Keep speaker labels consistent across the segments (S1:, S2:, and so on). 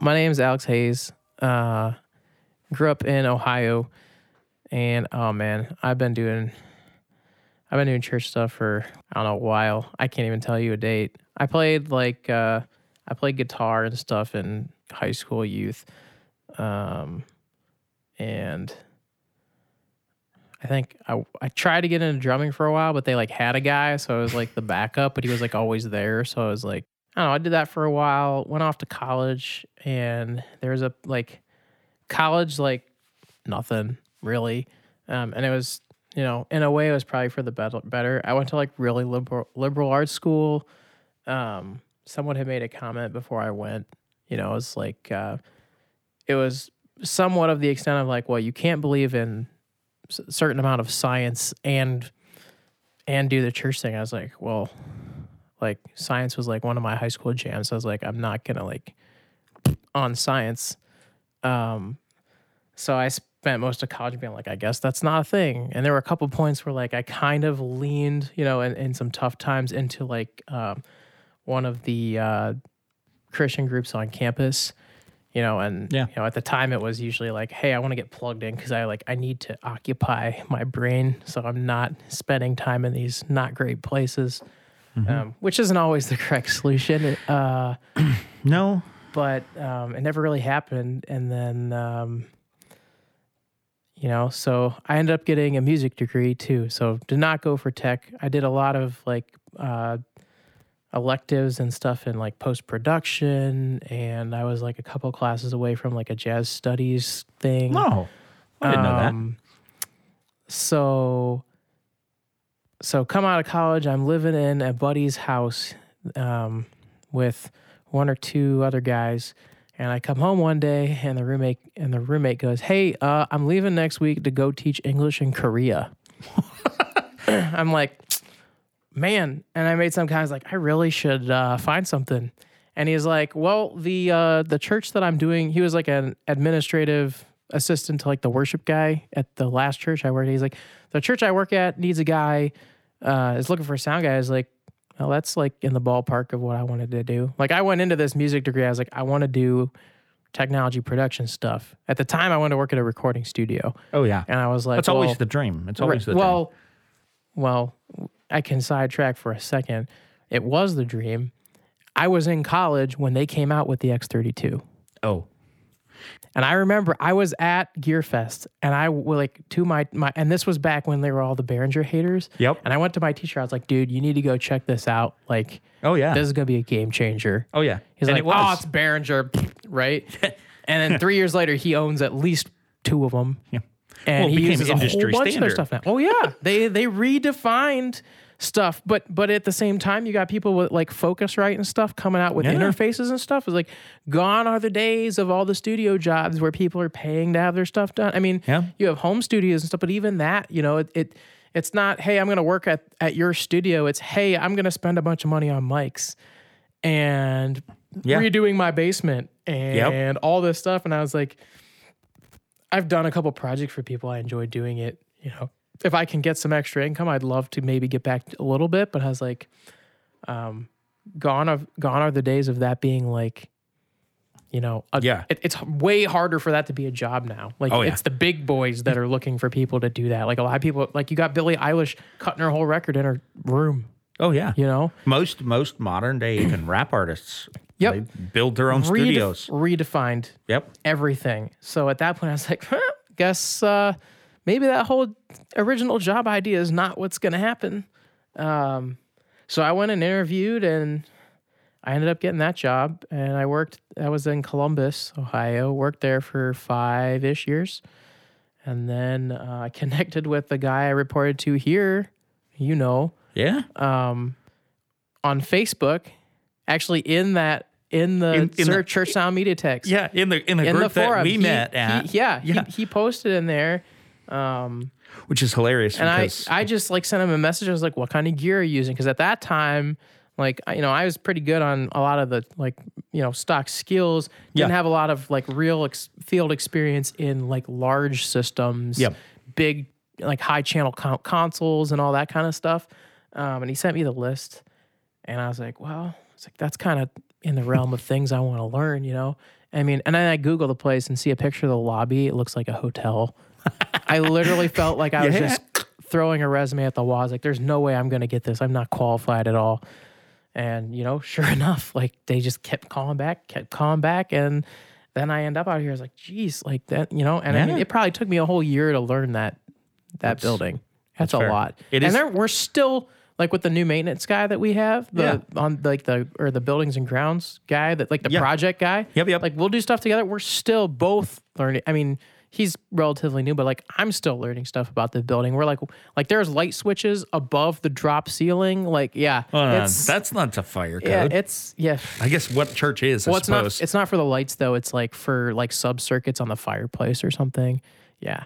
S1: my name is Alex Hayes. Uh, grew up in Ohio, and oh man, I've been doing, I've been doing church stuff for I don't know a while. I can't even tell you a date. I played like uh, I played guitar and stuff in high school youth, um, and I think I I tried to get into drumming for a while, but they like had a guy, so I was like the backup, but he was like always there, so I was like I don't know, I did that for a while, went off to college and there was a like college like nothing really. Um, and it was, you know, in a way it was probably for the bet- better. I went to like really liberal liberal arts school. Um, someone had made a comment before I went, you know, it was like uh, it was somewhat of the extent of like, well, you can't believe in s- certain amount of science and and do the church thing. I was like, well, like science was like one of my high school jams. So I was like, I'm not gonna like on science. Um, so I spent most of college being like, I guess that's not a thing. And there were a couple points where like I kind of leaned, you know, in, in some tough times into like um, one of the uh, Christian groups on campus. You know, and
S2: Yeah.
S1: you know, at the time it was usually like, hey, I want to get plugged in because I like I need to occupy my brain, so I'm not spending time in these not great places um, which isn't always the correct solution. Uh,
S2: No,
S1: but um, it never really happened. And then, um, you know, so I ended up getting a music degree too. So did not go for tech. I did a lot of like uh, electives and stuff in like post production, and I was like a couple classes away from like a jazz studies thing.
S2: no, I didn't know that.
S1: Um, So, so come out of college, I'm living in a buddy's house um, with one or two other guys, and I come home one day, and the roommate and the roommate goes, "Hey, uh, I'm leaving next week to go teach English in Korea." I'm like, man, and I made some comments like, I really should uh, find something. And he's like, well, the uh, the church that I'm doing, he was like an administrative assistant to like the worship guy at the last church I worked at. He's like, the church I work at needs a guy, uh, is looking for a sound guy. I was like, well, that's like in the ballpark of what I wanted to do. Like I went into this music degree, I was like, I want to do technology production stuff. At the time, I wanted to work at a recording studio,
S2: Oh yeah,
S1: and I was like,
S2: that's
S1: well,
S2: always the dream. It's always the
S1: Right. well, well, I can sidetrack for a second. It was the dream. I was in college when they came out with the X32.
S2: dream. Oh,
S1: And I remember I was at Gearfest and I w- like to my, my and this was back when they were all the Behringer haters.
S2: Yep.
S1: And I went to my teacher, I was like, dude, you need to go check this out. Like
S2: oh yeah,
S1: this is gonna be a game changer.
S2: oh yeah.
S1: He's
S2: and
S1: like,
S2: it was.
S1: oh, it's Behringer, right? and then three years later, he owns at least two of them. Yeah. And
S2: Well, it
S1: he
S2: became
S1: uses
S2: industry
S1: a whole bunch of their
S2: standard.
S1: stuff now. Oh yeah, they they redefined stuff, but but at the same time, you got people with like Focusrite and stuff coming out with
S2: Yeah.
S1: interfaces and stuff. It's like gone are the days of all the studio jobs where people are paying to have their stuff done. I mean,
S2: Yeah.
S1: you have home studios and stuff, but even that, you know, it. it it's not, hey, I'm gonna work at, at your studio. It's hey, I'm gonna spend a bunch of money on mics and
S2: Yeah.
S1: redoing my basement and all this stuff. And I was like, I've done a couple projects for people. I enjoy doing it. You know, if I can get some extra income, I'd love to maybe get back a little bit. But I was like, um, gone of gone are the days of that being like, you know, a,
S2: Yeah.
S1: it- it's way harder for that to be a job now. Like
S2: Oh, yeah. Mm.
S1: it's the big boys that are looking for people to do that. Like a lot of people, like you got Billie Eilish cutting her whole record in her room.
S2: oh yeah.
S1: You know,
S2: Most most modern day even rap artists,
S1: Yep.
S2: they build their own
S1: Redef-
S2: studios.
S1: redefined
S2: Yep.
S1: everything. So at that point, I was like, huh, guess uh, maybe that whole original job idea is not what's going to happen. Um, so I went and interviewed, and I ended up getting that job. And I worked. I was in Columbus, Ohio. Worked there for five ish years, and then uh, I connected with the guy I reported to here. You know,
S2: Yeah.
S1: um, on Facebook, actually in that in the
S2: In- in the-
S1: Sir Church Sound Media text
S2: yeah. In the in the
S1: in
S2: group
S1: the forum
S2: that we
S1: He-
S2: met
S1: he-
S2: at.
S1: yeah,
S2: Yeah.
S1: He, he posted in there, um,
S2: which is hilarious
S1: and I
S2: because
S1: I just like sent him a message. I was like, "What kind of gear are you using?" Because at that time, like I- you know, I was pretty good on a lot of the like you know stock skills. Didn't
S2: Yeah.
S1: have a lot of like real ex- field experience in like large systems,
S2: Yep.
S1: big like high channel con- consoles and all that kind of stuff. Um, and he sent me the list. And I was like, well, it's like that's kind of in the realm of things I want to learn, you know. I mean, and then I Google the place and see a picture of the lobby. It looks like a hotel. I literally felt like I was
S2: Yeah.
S1: just throwing a resume at the walls. Like, there's no way I'm going to get this. I'm not qualified at all. And, you know, sure enough, like they just kept calling back, kept calling back. And then I end up out here. I was like, geez, like that, you know, and I mean,
S2: Yeah.
S1: it probably took me a whole year to learn that, that building. That's, a
S2: fair.
S1: lot.
S2: It
S1: and
S2: is-
S1: there, we're still like with the new maintenance guy that we have, the on like the or the buildings and grounds guy that like the
S2: Yeah.
S1: project guy.
S2: Yep, yep.
S1: Like we'll do stuff together. We're still both learning. I mean, he's relatively new, but like I'm still learning stuff about the building. We're like like there's light switches above the drop ceiling. Like yeah,
S2: Hold on,
S1: it's
S2: uh, that's not a fire
S1: yeah,
S2: code.
S1: it's yeah.
S2: I guess what church is, I
S1: Well, it's
S2: suppose.
S1: not it's not for the lights though. It's like for like sub circuits on the fireplace or something. Yeah.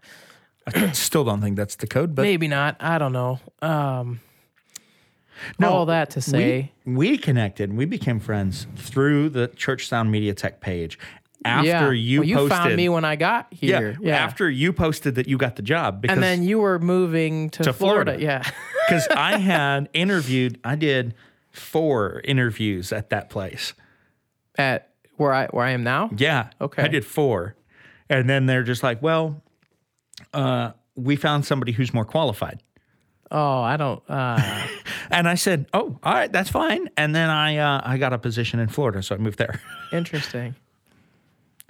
S2: Still don't think that's the code, but
S1: Maybe not. I don't know. Um,
S2: No,
S1: all that to say,
S2: we, we connected and we became friends through the Church Sound Media Tech page after
S1: yeah.
S2: you
S1: Well, you
S2: posted.
S1: found me when I got
S2: yeah,
S1: here. Yeah,
S2: after you posted that you got the job because
S1: and then you were moving to,
S2: To Florida.
S1: Yeah,
S2: because I had interviewed, I did four interviews at that place.
S1: at where I where I am now.
S2: Yeah.
S1: Okay.
S2: I did four. And then they're just like, well, uh, we found somebody who's more qualified.
S1: Oh, I don't. Uh,
S2: And I said, oh, all right, that's fine. And then I, uh, I got a position in Florida, so I moved there.
S1: interesting.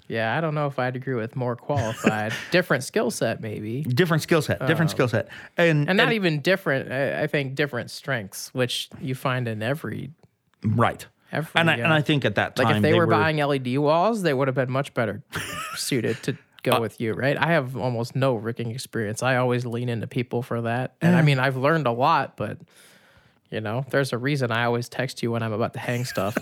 S1: Yeah, I don't know if I'd agree with more qualified, different skill set maybe,
S2: different skill set, different skill set. And,
S1: Oh. and not even different. I, I think different strengths, which you find in every.
S2: right.
S1: every
S2: And I,
S1: uh,
S2: and I think at that time,
S1: Like if they, were, buying LED walls, they would have been much better suited to go with you, right? I have almost no rigging experience. I always lean into people for that. And I mean, I've learned a lot, but you know, there's a reason I always text you when I'm about to hang stuff.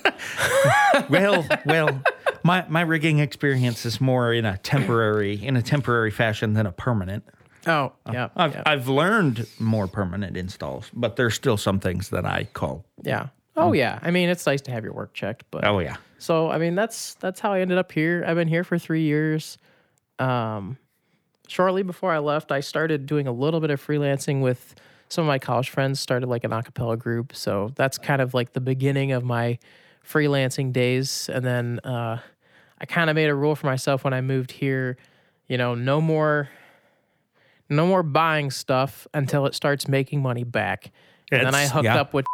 S2: well, well, my, my rigging experience is more in a temporary in a temporary fashion than a permanent.
S1: oh, yeah.
S2: I've,
S1: yeah.
S2: I've learned more permanent installs, but there's still some things that I call.
S1: yeah. Oh yeah. I mean, it's nice to have your work checked, but
S2: Oh yeah,
S1: So I mean that's that's how I ended up here. I've been here for three years. Um, shortly before I left, I started doing a little bit of freelancing with some of my college friends. Started like an acapella group, so that's kind of like the beginning of my freelancing days. And then uh, I kind of made a rule for myself when I moved here. You know, no more, no more buying stuff until it starts making money back. and then I
S2: It's-
S1: hooked
S2: yeah.
S1: up with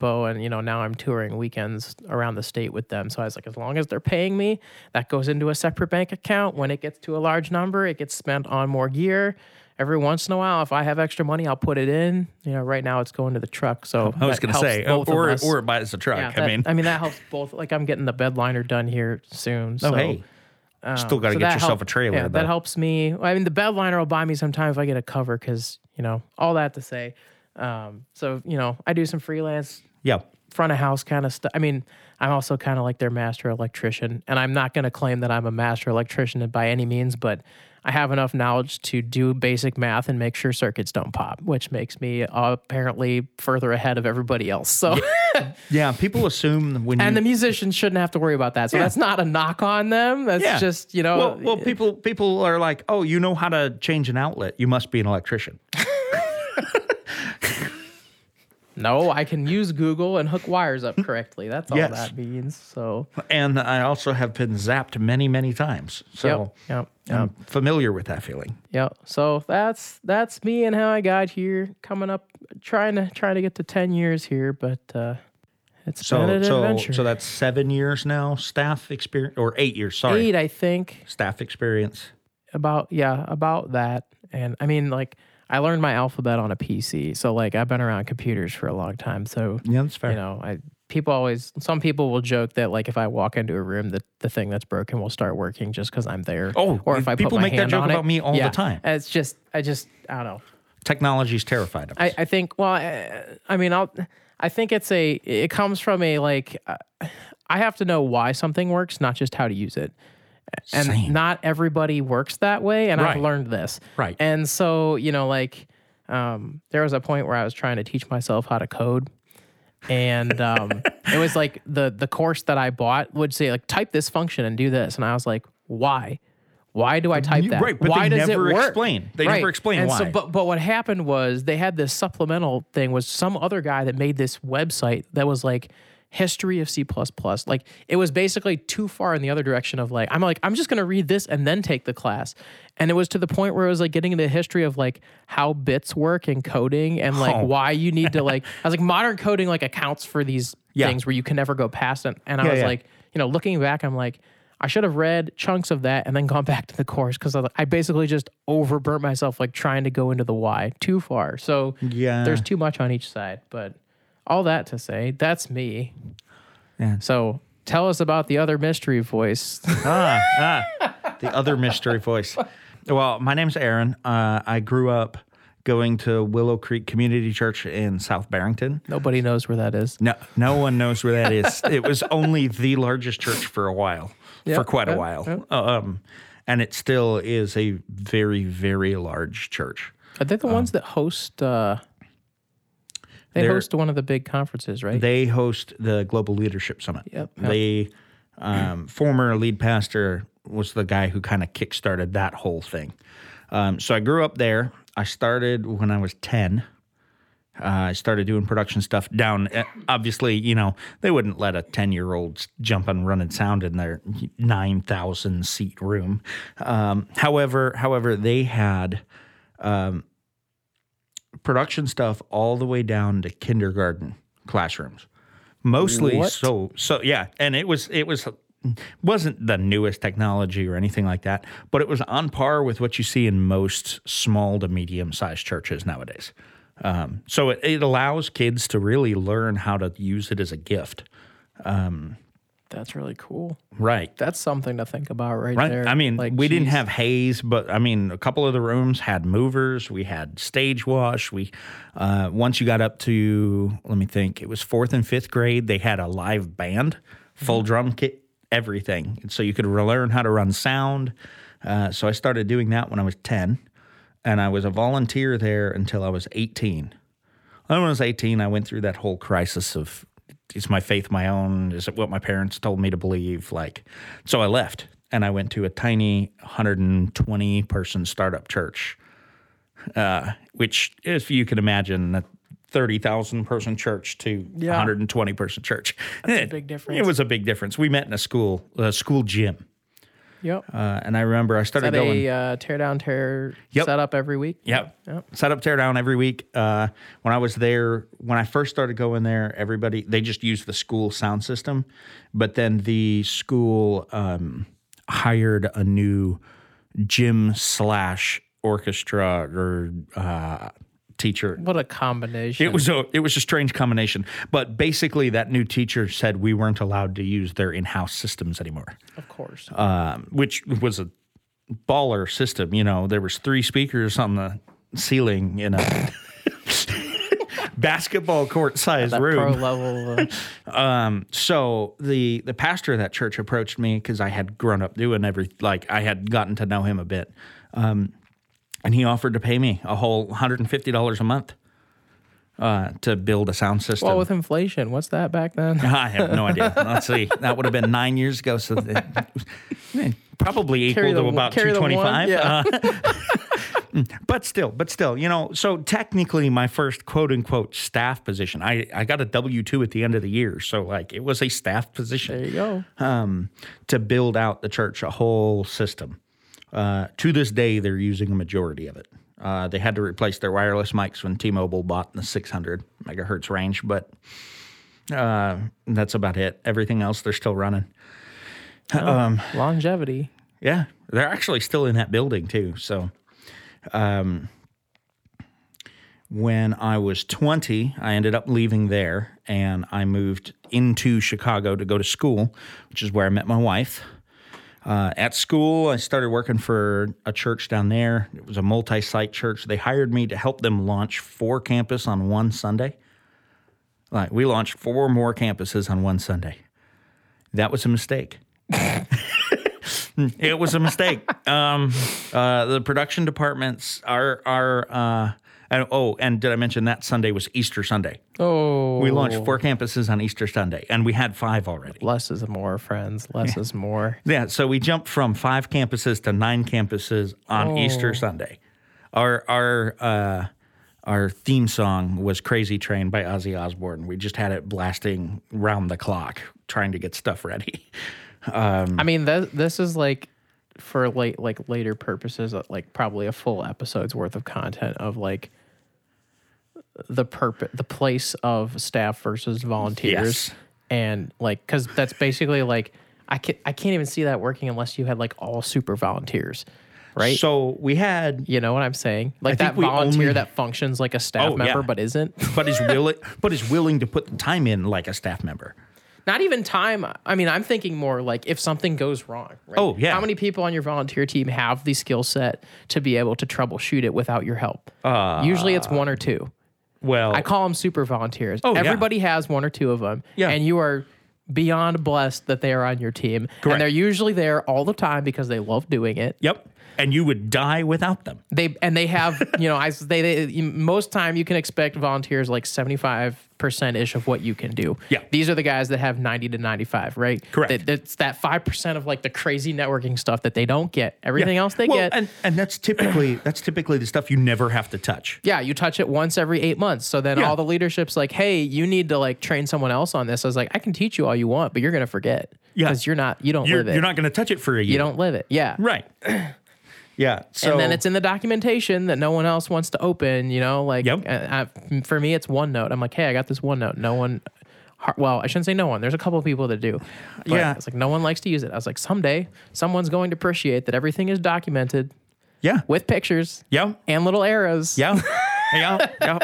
S1: Bo and you know now I'm touring weekends around the state with them. So I was like, as long as they're paying me, that goes into a separate bank account. When it gets to a large number, it gets spent on more gear. Every once in a while, if I have extra money, I'll put it in. You know, right now it's going to the truck. So
S2: I was
S1: that
S2: going to
S1: helps
S2: say, uh,
S1: both of
S2: or
S1: us.
S2: or it buys a truck.
S1: Yeah,
S2: I
S1: that-
S2: mean,
S1: I mean that helps both. Like I'm getting the bed liner done here soon.
S2: oh
S1: So
S2: hey, still got to
S1: so
S2: get
S1: that
S2: yourself
S1: help-
S2: a trailer.
S1: Yeah,
S2: though.
S1: that helps me. I mean, the bed liner will buy me sometimes if I get a cover because you know all that to say. Um, so you know, I do some freelance
S2: Yeah,
S1: front of house kind of stuff. I mean, I'm also kind of like their master electrician, and I'm not going to claim that I'm a master electrician by any means, but I have enough knowledge to do basic math and make sure circuits don't pop, which makes me uh, apparently further ahead of everybody else. So,
S2: yeah. People assume when
S1: and the
S2: you,
S1: musicians shouldn't have to worry about that. So that's not a knock on them. That's
S2: yeah.
S1: just you know,
S2: well, well, people people are like, oh, you know how to change an outlet. You must be an electrician.
S1: no, I can use Google and hook wires up correctly. That's all
S2: Yes.
S1: that means. So,
S2: And I also have been zapped many many times, so
S1: yep, yep.
S2: I'm familiar with that feeling.
S1: Yeah. So that's that's me and how I got here. Coming up, trying to trying to get to ten years here, but uh, it's been
S2: So
S1: an
S2: so
S1: adventure.
S2: so that's seven years now staff experience or eight years. Sorry,
S1: Eight, I think.
S2: staff experience.
S1: About yeah, about that. And I mean, like, I learned my alphabet on a PC, so like I've been around computers for a long time. So
S2: Yeah, that's fair.
S1: you know, I people always some people will joke that like if I walk into a room, the the thing that's broken will start working just because I'm there.
S2: Oh,
S1: or if I
S2: people
S1: put my
S2: make that
S1: hand
S2: joke
S1: on it.
S2: about me all the
S1: Yeah.
S2: time.
S1: It's just I just I don't know.
S2: Technology's terrified of us.
S1: I, I think well I, I mean I'll I think it's a it comes from a like uh, I have to know why something works not just how to use it and
S2: Same.
S1: not everybody works that way and
S2: Right.
S1: I've learned this
S2: Right.
S1: and so you know like um, there was a point where I was trying to teach myself how to code and um, it was like the the course that I bought would say like type this function and do this, and I was like, why? Why do I type that?
S2: right, but
S1: why
S2: they
S1: does
S2: never
S1: it work?
S2: explain. They never explain
S1: and
S2: why.
S1: So, but but what happened was they had this supplemental thing was some other guy that made this website that was like, history of C++. Like it was basically too far in the other direction of like I'm like I'm just going to read this and then take the class. And it was to the point where it was like getting into the history of like how bits work and coding and like
S2: Oh.
S1: why you need to like I was like modern coding like accounts for these
S2: Yeah.
S1: things where you can never go past it. And I
S2: Yeah,
S1: was
S2: yeah.
S1: like, you know, looking back I'm like I should have read chunks of that and then gone back to the course because I, I basically just overburnt myself like trying to go into the why too far. So
S2: Yeah.
S1: there's too much on each side. But all that to say, that's me.
S2: Yeah.
S1: So tell us about the other mystery voice.
S2: ah, ah, the other mystery voice. Well, my name's Aaron. Uh, I grew up going to Willow Creek Community Church in South Barrington.
S1: Nobody knows where that is.
S2: No, no one knows where that is. it was only the largest church for a while, for
S1: Yep,
S2: quite a
S1: yep,
S2: while. Um, and it still is a very, very large church.
S1: Are they the ones that host? Uh, they
S2: Um, They're-
S1: host one of the big conferences, right?
S2: They host the Global Leadership Summit.
S1: Yep, yep.
S2: They um, former lead pastor was the guy who kind of kickstarted that whole thing. Um, so I grew up there. I started when I was ten. Uh, I started doing production stuff down. uh, Obviously, you know they wouldn't let a ten-year-old jump and run and sound in their nine thousand seat room. Um, however, however, they had production stuff all the way down to kindergarten classrooms. Mostly
S1: What?
S2: so so yeah, and it was it was wasn't the newest technology or anything like that, but it was on par with what you see in most small to medium sized churches nowadays. Um, so it, it allows kids to really learn how to use it as a gift.
S1: That's really cool.
S2: Right.
S1: That's something to think about, right,
S2: Right.
S1: there.
S2: I mean, we didn't
S1: geez.
S2: have haze, but I mean, a couple of the rooms had movers. We had stage wash. We uh, once you got up to let me think, it was fourth and fifth grade. They had a live band, full
S1: Mm-hmm.
S2: drum kit, everything, and so you could re- learn how to run sound. Uh, so I started doing that when I was ten, and I was a volunteer there until I was eighteen. When I was 18, I went through that whole crisis of is my faith my own? Is it what my parents told me to believe? Like, so I left and I went to a tiny 120 person startup church, uh, which, if you can imagine, a 30,000 person church to
S1: Yeah.
S2: 120 person church. That's
S1: a big
S2: It
S1: difference.
S2: was a big difference. We met in a school, a school gym.
S1: Yep. Is
S2: Uh, and I remember I started
S1: that
S2: going.
S1: a uh, tear down tear
S2: Yep.
S1: setup every week?
S2: Yep. Set up, tear down every week. Uh, when I was there, when I first started going there, everybody they just used the school sound system, but then the school um, hired a new gym slash orchestra or uh, teacher.
S1: What a combination.
S2: It was a it was a strange combination, but basically that new teacher said we weren't allowed to use their in house systems anymore
S1: of course.
S2: um, which was a baller system. You know, there was three speakers on the ceiling in a basketball court sized
S1: that
S2: room.
S1: pro level. Uh,
S2: Um, so the the pastor of that church approached me because I had grown up doing every like I had gotten to know him a bit, um, and he offered to pay me a whole hundred and fifty dollars a month uh, to build a sound system.
S1: well, with inflation, what's that back then?
S2: I have no idea. Let's see. That would have been nine years ago. So th- probably equal
S1: Carry the
S2: to
S1: one-
S2: about Uh-huh.
S1: carry the one,
S2: 225.
S1: yeah.
S2: Uh, but still, but still, you know, so technically my first quote unquote staff position, I, I got a W 2 at the end of the year. So, like, it was a staff position
S1: There you go.
S2: um, to build out the church, a whole system. Uh, to this day, they're using a majority of it. Uh, they had to replace their wireless mics when T-Mobile bought the 600 megahertz range, but uh, that's about it. Everything else, they're still running.
S1: Longevity.
S2: Yeah, they're actually still in that building too. So, um, when I was 20, I ended up leaving there and I moved into Chicago to go to school, which is where I met my wife. Uh, at school, I started working for a church down there. It was a multi site church. They hired me to help them launch four campus on one Sunday. Like, we launched four more campuses on one Sunday. That was a mistake it was a mistake. um, uh, the production departments are are. Uh, and, oh, and did I mention that Sunday was Easter Sunday?
S1: Oh,
S2: We launched four campuses on Easter Sunday, and we had five already.
S1: Less is more, friends. Less is more.
S2: Yeah, so we jumped from five Oh. campuses to nine campuses on Easter Sunday. Our our uh, our theme song was Crazy Train by Ozzy Osbourne. We just had it blasting round the clock trying to get stuff ready.
S1: I mean, that this is like for late like later purposes, uh, like probably a full episode's worth of content of like the purpose, the place of staff versus volunteers,
S2: Yes.
S1: and like because that's basically like I can I can't even see that working unless you had like all super volunteers, right?
S2: So we had
S1: you know what I'm saying? Like
S2: think
S1: that
S2: we
S1: volunteer
S2: only-
S1: that functions like a staff
S2: Oh,
S1: member
S2: yeah.
S1: but isn't.
S2: but is willing but is willing to put the time in like a staff member.
S1: Not even time. I mean, I'm thinking more like if something goes wrong. Right?
S2: Oh, yeah.
S1: How many people on your volunteer team have the skill set to be able to troubleshoot it without your help?
S2: Uh,
S1: Usually it's one or two.
S2: Well,
S1: I call them super volunteers.
S2: Oh, yeah.
S1: Everybody has one or two of them.
S2: Yeah.
S1: And you are beyond blessed that they are on your team.
S2: Correct.
S1: And they're usually there all the time because they love doing it.
S2: yep. And you would die without them.
S1: They and they have, you know, I s- they, they you- most time you can expect volunteers like 75% ish of what you can do.
S2: Yeah.
S1: These are the guys that have 90 to 95, right?
S2: Correct.
S1: That, that's that 5% of like the crazy networking stuff that they don't get. Everything else they
S2: well,
S1: get.
S2: And and that's typically that's typically the stuff you never have to touch.
S1: yeah, you touch it once every eight months. So then
S2: Yeah.
S1: all the leadership's like, hey, you need to like train someone else on this. I was like, I can teach you all you want, but you're gonna forget.
S2: Yeah.
S1: Because you're not you don't
S2: You're,
S1: live it.
S2: you're not going to touch it for a year.
S1: you don't live it. Yeah.
S2: Right. Yeah. So
S1: and then it's in the documentation that no one else wants to open. You know, like
S2: Yep.
S1: uh, I, for me, it's OneNote. I'm like, hey, I got this OneNote. No one, har- well, I shouldn't say no one. There's a couple of people that do. But
S2: Yeah.
S1: it's like no one likes to use it. I was like, someday someone's going to appreciate that everything is documented
S2: yeah.
S1: with pictures
S2: Yeah.
S1: and little arrows.
S2: Yeah. yeah. Yeah.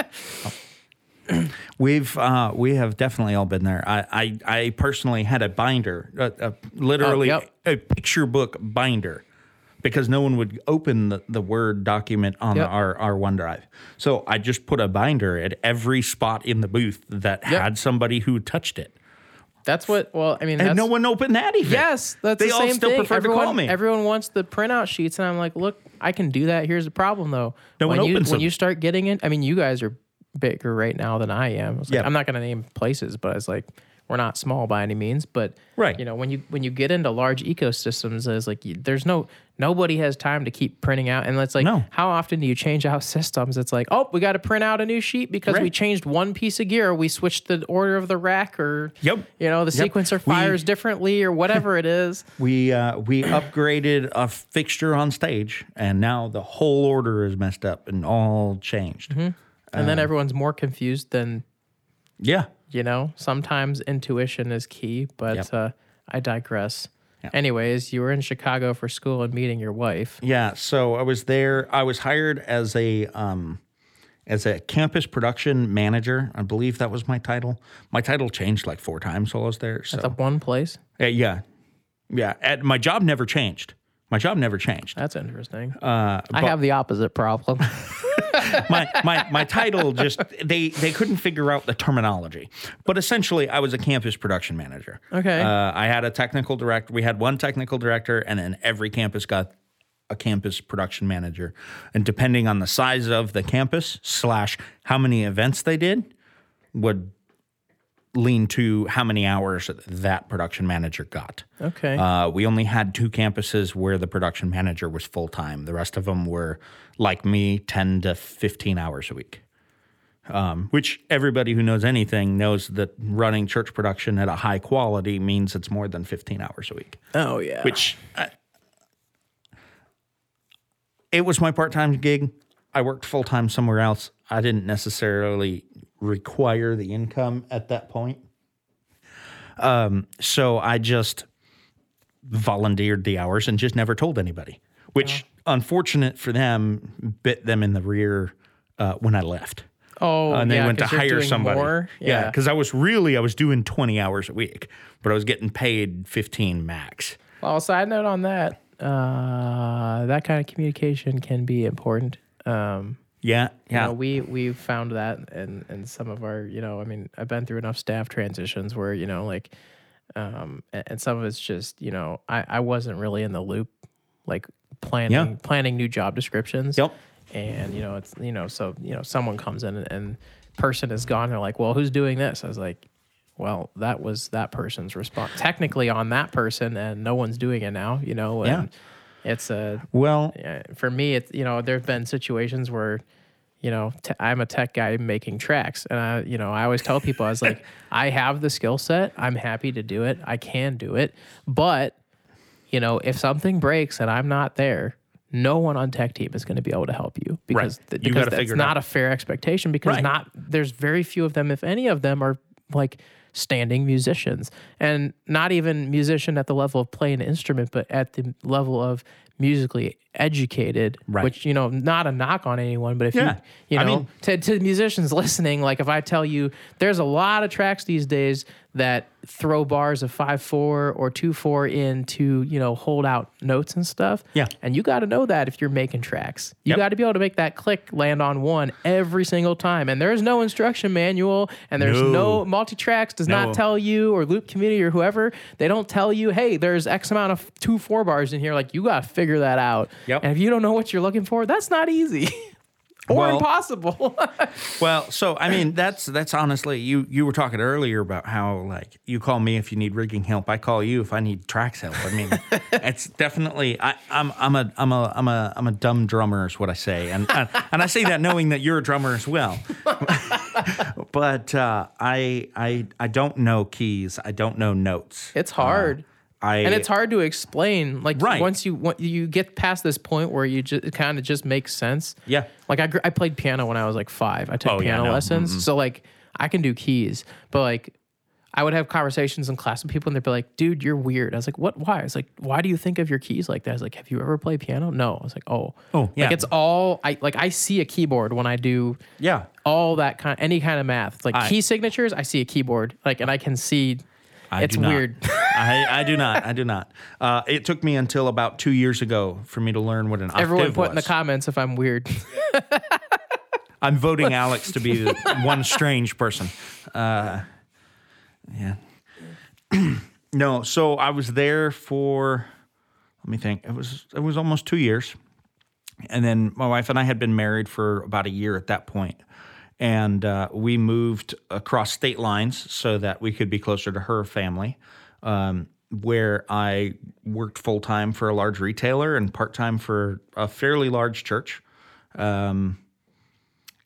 S2: We've uh, we have definitely all been there. I I, I personally had a binder, a, a, literally
S1: Oh, yep.
S2: a picture book binder, because no one would open the, the Word document on
S1: Yep.
S2: our our OneDrive. So I just put a binder at every spot in the booth that had somebody who touched it,
S1: That's what. Well, I mean,
S2: and
S1: that's,
S2: no one opened that even.
S1: Yes, that's
S2: they
S1: the
S2: all
S1: same
S2: still
S1: thing.
S2: prefer
S1: everyone,
S2: to call me.
S1: Everyone wants the printout sheets, and I'm like, look, I can do that. Here's the problem, though.
S2: No
S1: when
S2: one
S1: you,
S2: opens
S1: When
S2: them.
S1: you start getting it, I mean, you guys are bigger right now than I am. It's like,
S2: Yeah.
S1: I'm not going to name places, but it's like we're not small by any means. But
S2: Right.
S1: you know, when you when you get into large ecosystems, it's like you, there's no nobody has time to keep printing out. And it's like,
S2: No.
S1: how often do you change out systems? It's like, oh, we got to print out a new sheet because we
S2: Right.
S1: changed one piece of gear, we switched the order of the rack, or
S2: Yep.
S1: you know, the
S2: Yep.
S1: sequencer
S2: We-
S1: fires differently or whatever it is.
S2: We uh, we upgraded a fixture on stage, and now the whole order is messed up and all changed.
S1: And
S2: Uh.
S1: then everyone's more confused than,
S2: Yeah,
S1: you know, sometimes intuition is key, but
S2: Yep.
S1: uh, I digress. Anyways, you were in Chicago for school and meeting your wife.
S2: yeah. So I was there. I was hired as a um, as a campus production manager. I believe that was my title. My title changed like four times while I was there. So
S1: It's up one place.
S2: Uh, yeah, yeah. And my job never changed. My job never changed.
S1: That's interesting.
S2: Uh,
S1: I have the opposite problem.
S2: my, my my title just they they couldn't figure out the terminology. But essentially, I was a campus production manager.
S1: Okay.
S2: Uh, I had a technical director. We had one technical director, and then every campus got a campus production manager. And depending on the size of the campus slash how many events they did, would lean to how many hours that production manager got.
S1: okay.
S2: Uh, we only had two campuses where the production manager was full time. The rest of them were like me, 10 to 15 hours a week. Um, which everybody who knows anything knows that running church production at a high quality means it's more than 15 hours a week.
S1: oh, yeah.
S2: Which uh, it was my part time gig. I worked full time somewhere else. I didn't necessarily require the income at that point. Um, so I just volunteered the hours and just never told anybody, which, unfortunate for them, bit them in the rear uh, when I left.
S1: oh,
S2: uh, And they
S1: yeah,
S2: went to
S1: 'cause you're
S2: hire
S1: doing
S2: somebody.
S1: more.
S2: Yeah,
S1: Yeah.
S2: because I was really I was doing twenty hours a week, but I was getting paid fifteen max.
S1: Well, side note on that, uh, that kind of communication can be important. Um,
S2: Yeah,
S1: you
S2: yeah,
S1: know, we we found that in in some of our you know i mean i've been through enough staff transitions where you know like um a- and, some of it's just you know i i wasn't really in the loop like planning
S2: Yeah.
S1: planning new job descriptions
S2: Yep.
S1: and you know it's you know so you know someone comes in and, and person is gone they're like well who's doing this i was like well that was that person's response technically on that person and no one's doing it now you know and it's a
S2: Well,
S1: yeah, for me, it's you know, there have been situations where, you know, te- I'm a tech guy making tracks. And I, you know, I always tell people, I was like, I have the skill set. I'm happy to do it. I can do it. But, you know, if something breaks and I'm not there, no one on tech team is going to be able to help you because,
S2: Right.
S1: th-
S2: You
S1: because
S2: gotta
S1: that's
S2: figure it
S1: not a fair expectation because
S2: Right.
S1: not there's very few of them if any of them are like standing musicians and not even musician at the level of playing an instrument but at the level of musically educated
S2: Right.
S1: which you know not a knock on anyone but if
S2: Yeah.
S1: you you know
S2: I mean-
S1: to, to musicians listening like if i tell you there's a lot of tracks these days that throw bars of 5-4 or 2-4 in to you know hold out notes and stuff
S2: Yeah.
S1: and you got to know that if you're making tracks you
S2: Yep.
S1: got to be able to make that click land on one every single time and there's no instruction manual and there's no,
S2: No.
S1: multi-tracks does
S2: No.
S1: not tell you or loop community or whoever they don't tell you hey there's x amount of two four bars in here like you got to figure that out
S2: Yep.
S1: and if you don't know what you're looking for that's not easy or
S2: Well-
S1: impossible
S2: Well, so I mean, that's that's honestly you you were talking earlier about how like you call me if you need rigging help, I call you if I need tracks help. I mean, it's definitely I, I'm I'm a I'm a I'm a I'm a dumb drummer is what I say, and and, and I say that knowing that you're a drummer as well. but uh, I I I don't know keys, I don't know notes.
S1: it's hard
S2: I
S1: and it's hard to explain like
S2: Right.
S1: once you on- you get past this point where you just it kind of just makes sense
S2: Yeah.
S1: like I, gr- I played piano when i was like five i took
S2: Oh, yeah,
S1: piano
S2: no.
S1: lessons so like i can do keys but like i would have conversations in class with people and they'd be like dude you're weird i was like what why i was like why do you think of your keys like that i was like have you ever played piano no i was like oh
S2: Oh, yeah.
S1: like it's all i like i see a keyboard when i do
S2: Yeah.
S1: all that kind any kind of math like
S2: I-
S1: key signatures i see a keyboard like and i can see
S2: I
S1: it's
S2: do not.
S1: weird
S2: I, I do not. I do not. Uh, it took me until about two years ago for me to learn what an
S1: Everyone
S2: octave
S1: put in the
S2: was.
S1: comments if I'm weird.
S2: I'm voting Alex to be the one strange person. Uh, yeah. no, so I was there for let me think. It was it was almost 2 years. And then my wife and I had been married for about a year at that point. And uh, we moved across state lines so that we could be closer to her family, um, where I worked full time for a large retailer and part time for a fairly large church. Um,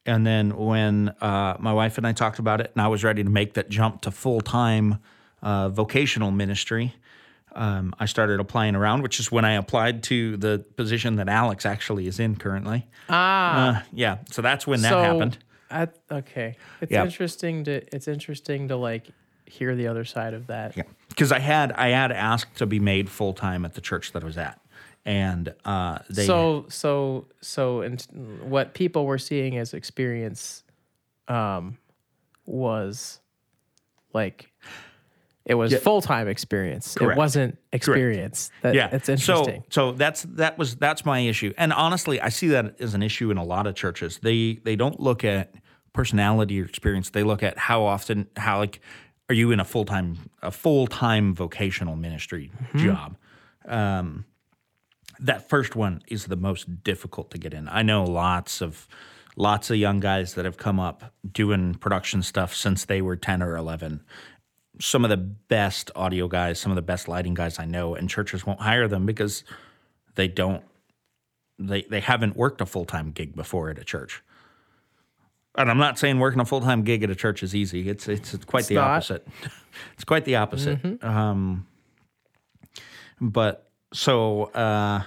S2: And then when uh, my wife and I talked about it, and I was ready to make that jump to full time uh, vocational ministry, um, I started applying around, which is when I applied to the position that Alex actually is in currently. Ah, yeah. So that's when that
S1: so
S2: happened.
S1: I, okay, it's
S2: Yeah.
S1: interesting to it's interesting to like hear the other side of that.
S2: Yeah, because I had I had asked to be made full time at the church that I was at, and uh, they
S1: So so so and what people were seeing as experience, um, was like it was full time experience.
S2: Correct.
S1: It wasn't experience. That,
S2: yeah,
S1: that's interesting.
S2: So, so that's that was that's my issue, and honestly, I see that as an issue in a lot of churches. They they don't look at personality or experience. They look at how often, how like, are you in a full time a full time vocational ministry job? Um, that first one is the most difficult to get in. I know lots of lots of young guys that have come up doing production stuff since they were 10 or 11. Some of the best audio guys, some of the best lighting guys I know and churches won't hire them because they don't they they haven't worked a full-time gig before at a church. And I'm not saying working a full-time gig at a church is easy. It's it's, quite the
S1: not.
S2: opposite. It's quite the opposite. Um but so uh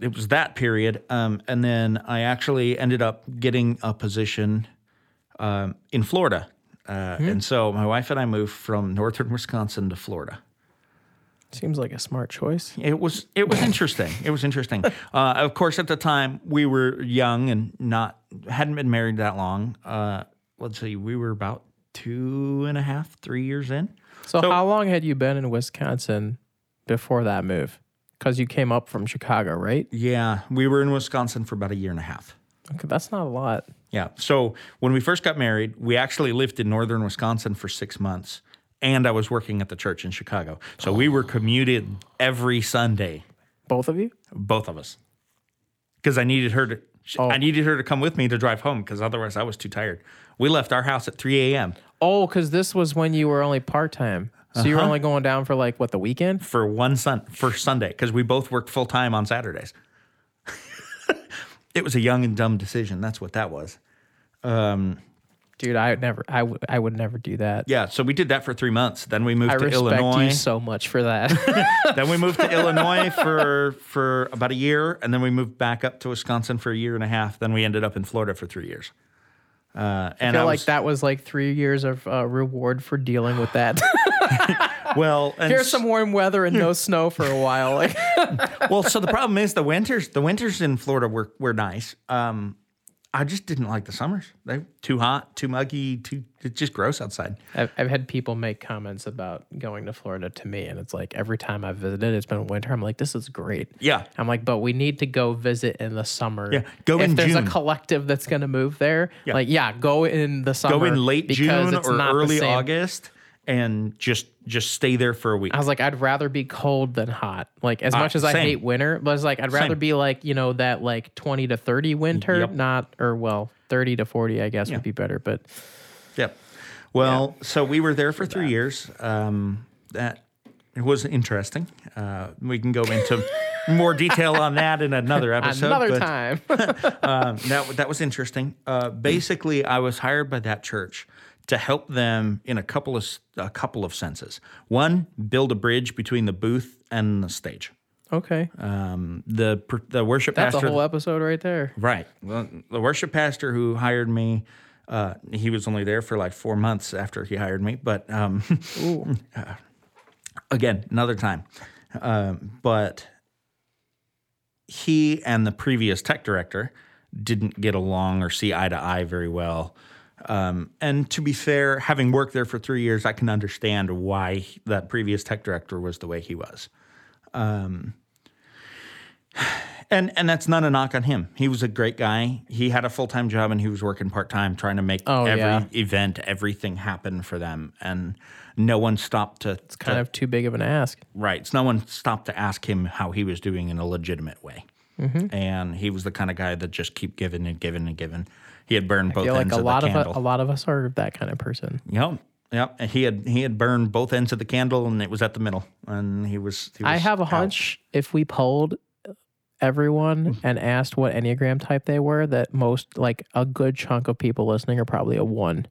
S2: it was that period. Um, and then I actually ended up getting a position um, in Florida. Uh, And so my wife and I moved from northern Wisconsin to Florida.
S1: Seems like a smart choice.
S2: It was it was interesting. It was interesting. Uh, of course, at the time we were young and not hadn't been married that long. Uh, let's see, we were about two and a half, three years in.
S1: So, how long had you been in Wisconsin before that move? Because you came up from Chicago, right?
S2: Yeah, we were in Wisconsin for about a year and a half.
S1: Okay, that's not a lot.
S2: Yeah. So when we first got married, we actually lived in northern Wisconsin for six months, and I was working at the church in Chicago. So we were commuted every Sunday,
S1: Both of you?
S2: both of us, because I needed her to. sh I needed her to come with me to drive home because otherwise I was too tired. We left our house at 3 a.m.
S1: Oh, because this was when you were only part time. So you were only going down for like what the weekend?
S2: for one sun for Sunday because we both worked full time on Saturdays. It was a young and dumb decision. That's what that was.
S1: dude. I would never. I would. I would never do that.
S2: Yeah. So we did that for three months. Then we moved
S1: I
S2: to
S1: respect
S2: Illinois.
S1: you so much for that.
S2: then we moved to Illinois for for about a year, and then we moved back up to Wisconsin for a year and a half. Then we ended up in Florida for three years. Uh, and
S1: I feel
S2: I, was,
S1: like that was like three years of uh, reward for dealing with that.
S2: well, and
S1: Here's some warm weather and no snow for a while. Like,
S2: well, so the problem is the winters. The winters in Florida were were nice. Um, I just didn't like the summers. They were too hot, too muggy, too. It's just gross outside.
S1: I've, I've had people make comments about going to Florida to me, and it's like every time I've visited, it's been winter. I'm like, this is great.
S2: Yeah.
S1: I'm like, but we need to go visit in the summer.
S2: Yeah, go
S1: if
S2: in
S1: there's
S2: June.
S1: a collective that's going to move there, like, yeah, go in the summer.
S2: Go in late
S1: because
S2: June
S1: it's
S2: or
S1: not the
S2: early
S1: same.
S2: August, and just just stay there for a week.
S1: I was like, I'd rather be cold than hot. Like, as much as I
S2: Ah, same.
S1: hate winter, but it's like, I'd rather
S2: Same.
S1: be like, you know, that like 20 to 30 winter,
S2: Yep.
S1: not, or well, 30 to 40, I guess would be better. But
S2: Yep. Well, so we were there for three years. Um, that it was interesting. Uh, we can go into more detail on that in another episode.
S1: another
S2: but,
S1: time.
S2: um, that that was interesting. Uh, basically, I was hired by that church to help them in a couple of s- a couple of senses. One, build a bridge between the booth and the stage.
S1: okay.
S2: Um, the pr- the worship
S1: That's
S2: pastor
S1: a whole episode right there.
S2: Right. Well, the worship pastor who hired me, uh, he was only there for like four months after he hired me. But um, uh, again, another time. Um, but he and the previous tech director didn't get along or see eye to eye very well. Um, and to be fair, having worked there for three years, I can understand why he- that previous tech director was the way he was. Um, And and that's not a knock on him. He was a great guy. He had a full time job and he was working part time trying to make
S1: Oh,
S2: every
S1: yeah.
S2: event, everything happen for them. And no one stopped to, it's
S1: Kind of too big of an ask.
S2: right. No one stopped to ask him how he was doing in a legitimate way.
S1: Mm-hmm.
S2: And he was the kind of guy that just keep giving and giving and giving. He had burned both
S1: Yeah,
S2: ends
S1: like a
S2: of
S1: lot
S2: the
S1: of uh,
S2: candle.
S1: a, a lot of us are that kind of person.
S2: yep, yep. And he had he had burned both ends of the candle, and it was at the middle. And he was. He was
S1: I have a
S2: out.
S1: hunch if we polled everyone
S2: Mm-hmm.
S1: and asked what enneagram type they were, that most like a good chunk of people listening are probably a one,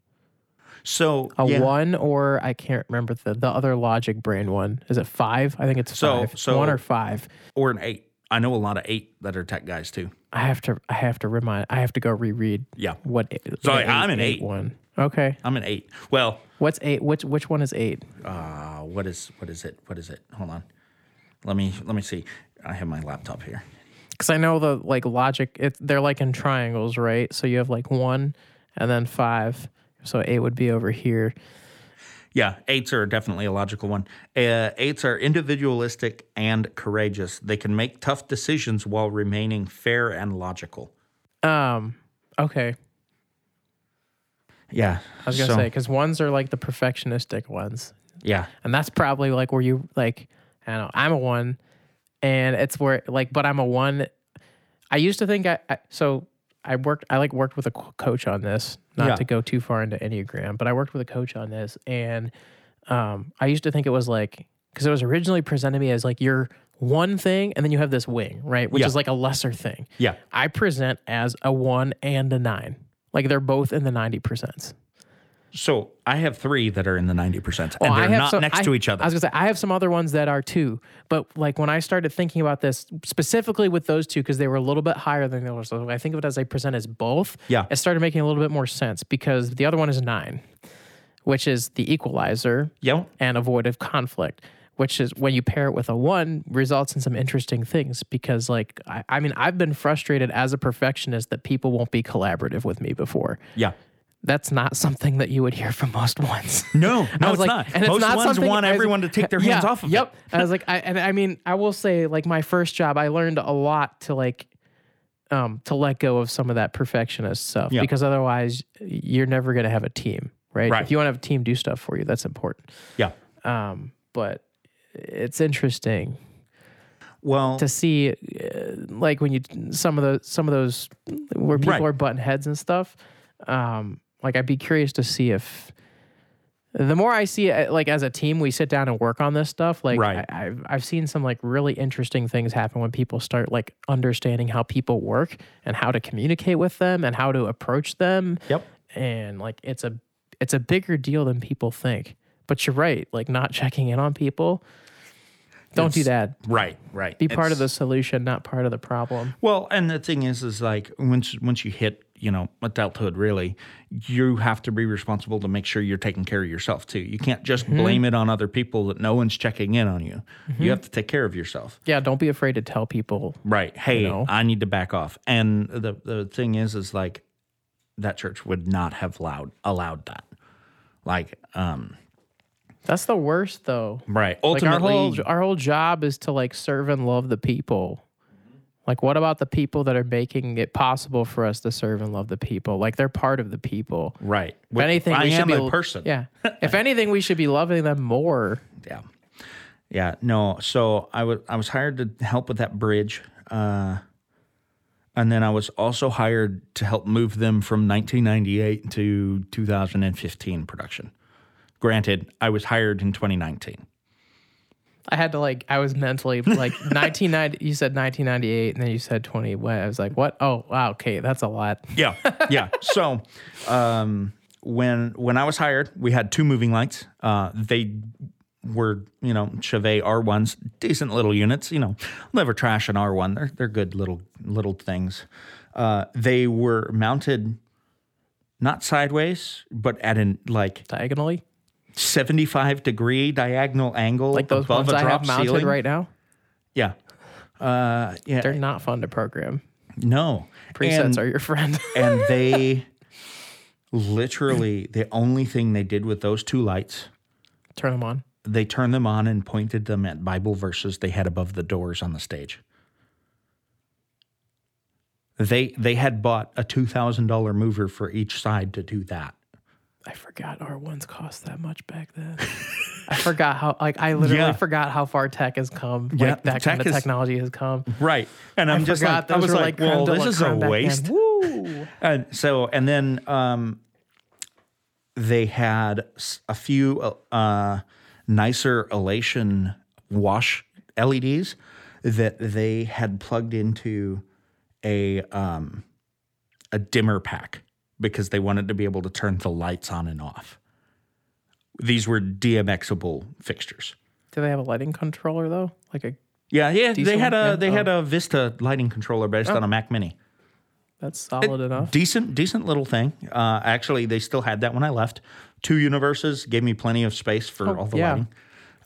S2: So
S1: a
S2: yeah.
S1: one, or I can't remember the the other logic brain one. Is it five? I think it's
S2: So-
S1: five.
S2: so-
S1: one or five.
S2: or an eight. I know a lot of eight that are tech guys too.
S1: I have to I have to remind. I have to go reread
S2: Yeah.
S1: what.
S2: So, I'm an eight.
S1: one. Okay,
S2: I'm an eight. Well,
S1: what's eight? Which which one is eight?
S2: uh, what is what is it? What is it? Hold on. Let me let me see. I have my laptop here.
S1: Because I know the like logic, it, they're like in triangles, right? So you have like one and then five. So eight would be over here.
S2: Yeah, eights are definitely a logical one. Uh, eights are individualistic and courageous. They can make tough decisions while remaining fair and logical.
S1: Um, okay.
S2: Yeah,
S1: I was gonna say because ones are like the perfectionistic ones,
S2: Yeah,
S1: and that's probably like where you like. I don't know. I'm a one, and it's where like, but I'm a one. I used to think I, I so I worked. I like worked with a co- coach on this. Not
S2: Yeah.
S1: to go too far into enneagram, but I worked with a coach on this, and um, I used to think it was like because it was originally presented to me as like you're one thing, and then you have this wing, right, which
S2: Yeah.
S1: is like a lesser thing.
S2: yeah.
S1: I present as a one and a nine. Like they're both in the ninety percent.
S2: So I have three that are in the ninety percent, and
S1: Well,
S2: they're
S1: Oh, I have
S2: not
S1: some-
S2: next
S1: I-
S2: to each other.
S1: I was gonna say I have some other ones that are too, but like when I started thinking about this specifically with those two because they were a little bit higher than the others, so I think of it as I present as both.
S2: Yeah.
S1: it started making a little bit more sense because the other one is nine, which is the equalizer
S2: yeah,
S1: and avoid of conflict which is when you pair it with a one results in some interesting things because like I, I mean i've been frustrated as a perfectionist that people won't be collaborative with me before
S2: yeah.
S1: that's not something that you would hear from most ones
S2: No,
S1: I
S2: no,
S1: was
S2: it's
S1: like-
S2: not.
S1: and it's
S2: Most
S1: not
S2: ones
S1: something-
S2: want
S1: I was-
S2: everyone to take their hands off of it.
S1: yep. I was like, I, and I mean, I will say, like, my first job, I learned a lot to like, um, to let go of some of that perfectionist stuff
S2: Yeah.
S1: because otherwise, you're never gonna have a team, right?
S2: Right.
S1: If you want to have a team do stuff for you, that's important.
S2: Yeah.
S1: Um, but it's interesting
S2: Well,
S1: to see, uh, like, when you some of those some of those where people
S2: Right.
S1: are butting heads and stuff. Um, like, I'd be curious to see if the more I see it, like as a team, we sit down and work on this stuff. Like
S2: Right.
S1: I, I've I've seen some like really interesting things happen when people start like understanding how people work and how to communicate with them and how to approach them.
S2: Yep.
S1: And like it's a it's a bigger deal than people think. But you're right, like not checking in on people. Don't do
S2: It's-
S1: that.
S2: Right, right.
S1: Be part of
S2: It's-
S1: the solution, not part of the problem.
S2: Well, and the thing is, is like once once you hit you know adulthood, really, you have to be responsible to make sure you're taking care of yourself too. You can't just
S1: Mm-hmm.
S2: blame it on other people that no one's checking in on you. You have to take care of yourself.
S1: Yeah, don't be afraid to tell people.
S2: Right. Hey,
S1: know?
S2: I need to back off. And the the thing is, is like that church would not have allowed allowed that. Like, um,
S1: That's the worst though. Like
S2: right.
S1: our
S2: Ultimately,
S1: whole our whole job is to like serve and love the people. Like what about the people that are making it possible for us to serve and love the people? Like they're part of the people.
S2: right.
S1: If anything,
S2: I
S1: we should
S2: am
S1: be
S2: a person.
S1: Yeah. if anything, we should be loving them more.
S2: yeah yeah no so i was i was hired to help with that bridge uh and then i was also hired to help move them from 1998 to 2015 production granted i was hired in 2019
S1: I had to like I was mentally like 1990. You said 1998, and then you said 20. What? I was like, what? Oh, wow. Okay, that's a lot.
S2: yeah yeah so um when when i was hired we had two moving lights uh they were you know Chevet R1s, decent little units. You know, I'll never trash an R1. They're they're good little little things. Uh, they were mounted not sideways, but at an like
S1: Diagonally,
S2: seventy five degree diagonal angle,
S1: like those
S2: above
S1: ones
S2: a
S1: I
S2: drop
S1: have mounted
S2: ceiling.
S1: right now.
S2: Yeah, uh, yeah.
S1: They're not fun to program.
S2: no
S1: Presets
S2: And-
S1: are your friend.
S2: and they literally the only thing they did with those two lights
S1: Turn them on.
S2: they turned them on and pointed them at bible verses they had above the doors on the stage they they had bought a $2000 mover for each side to do that
S1: I forgot R1s cost that much back then. I forgot how, like, I literally
S2: Yeah.
S1: forgot how far tech has come.
S2: Yeah,
S1: like, that
S2: tech
S1: kind of
S2: is-
S1: technology has come.
S2: right and i'm
S1: I
S2: just
S1: forgot
S2: like i was
S1: were,
S2: like,
S1: creme
S2: well
S1: de
S2: this
S1: la
S2: is a
S1: creme back then.
S2: waste
S1: Woo!
S2: And so, and then um, they had s- a few uh, nicer elation wash LEDs that they had plugged into a um, a dimmer pack because they wanted to be able to turn the lights on and off. These were DMXable fixtures.
S1: Do they have a lighting controller though? Like a
S2: Yeah, yeah. they
S1: Decent
S2: had a
S1: one? Yeah. oh.
S2: they had a Vista lighting controller based on a Mac Mini.
S1: that's solid enough.
S2: Decent, decent little thing. Uh, actually, they still had that when I left. Two universes gave me plenty of space for all the
S1: Oh, yeah.
S2: lighting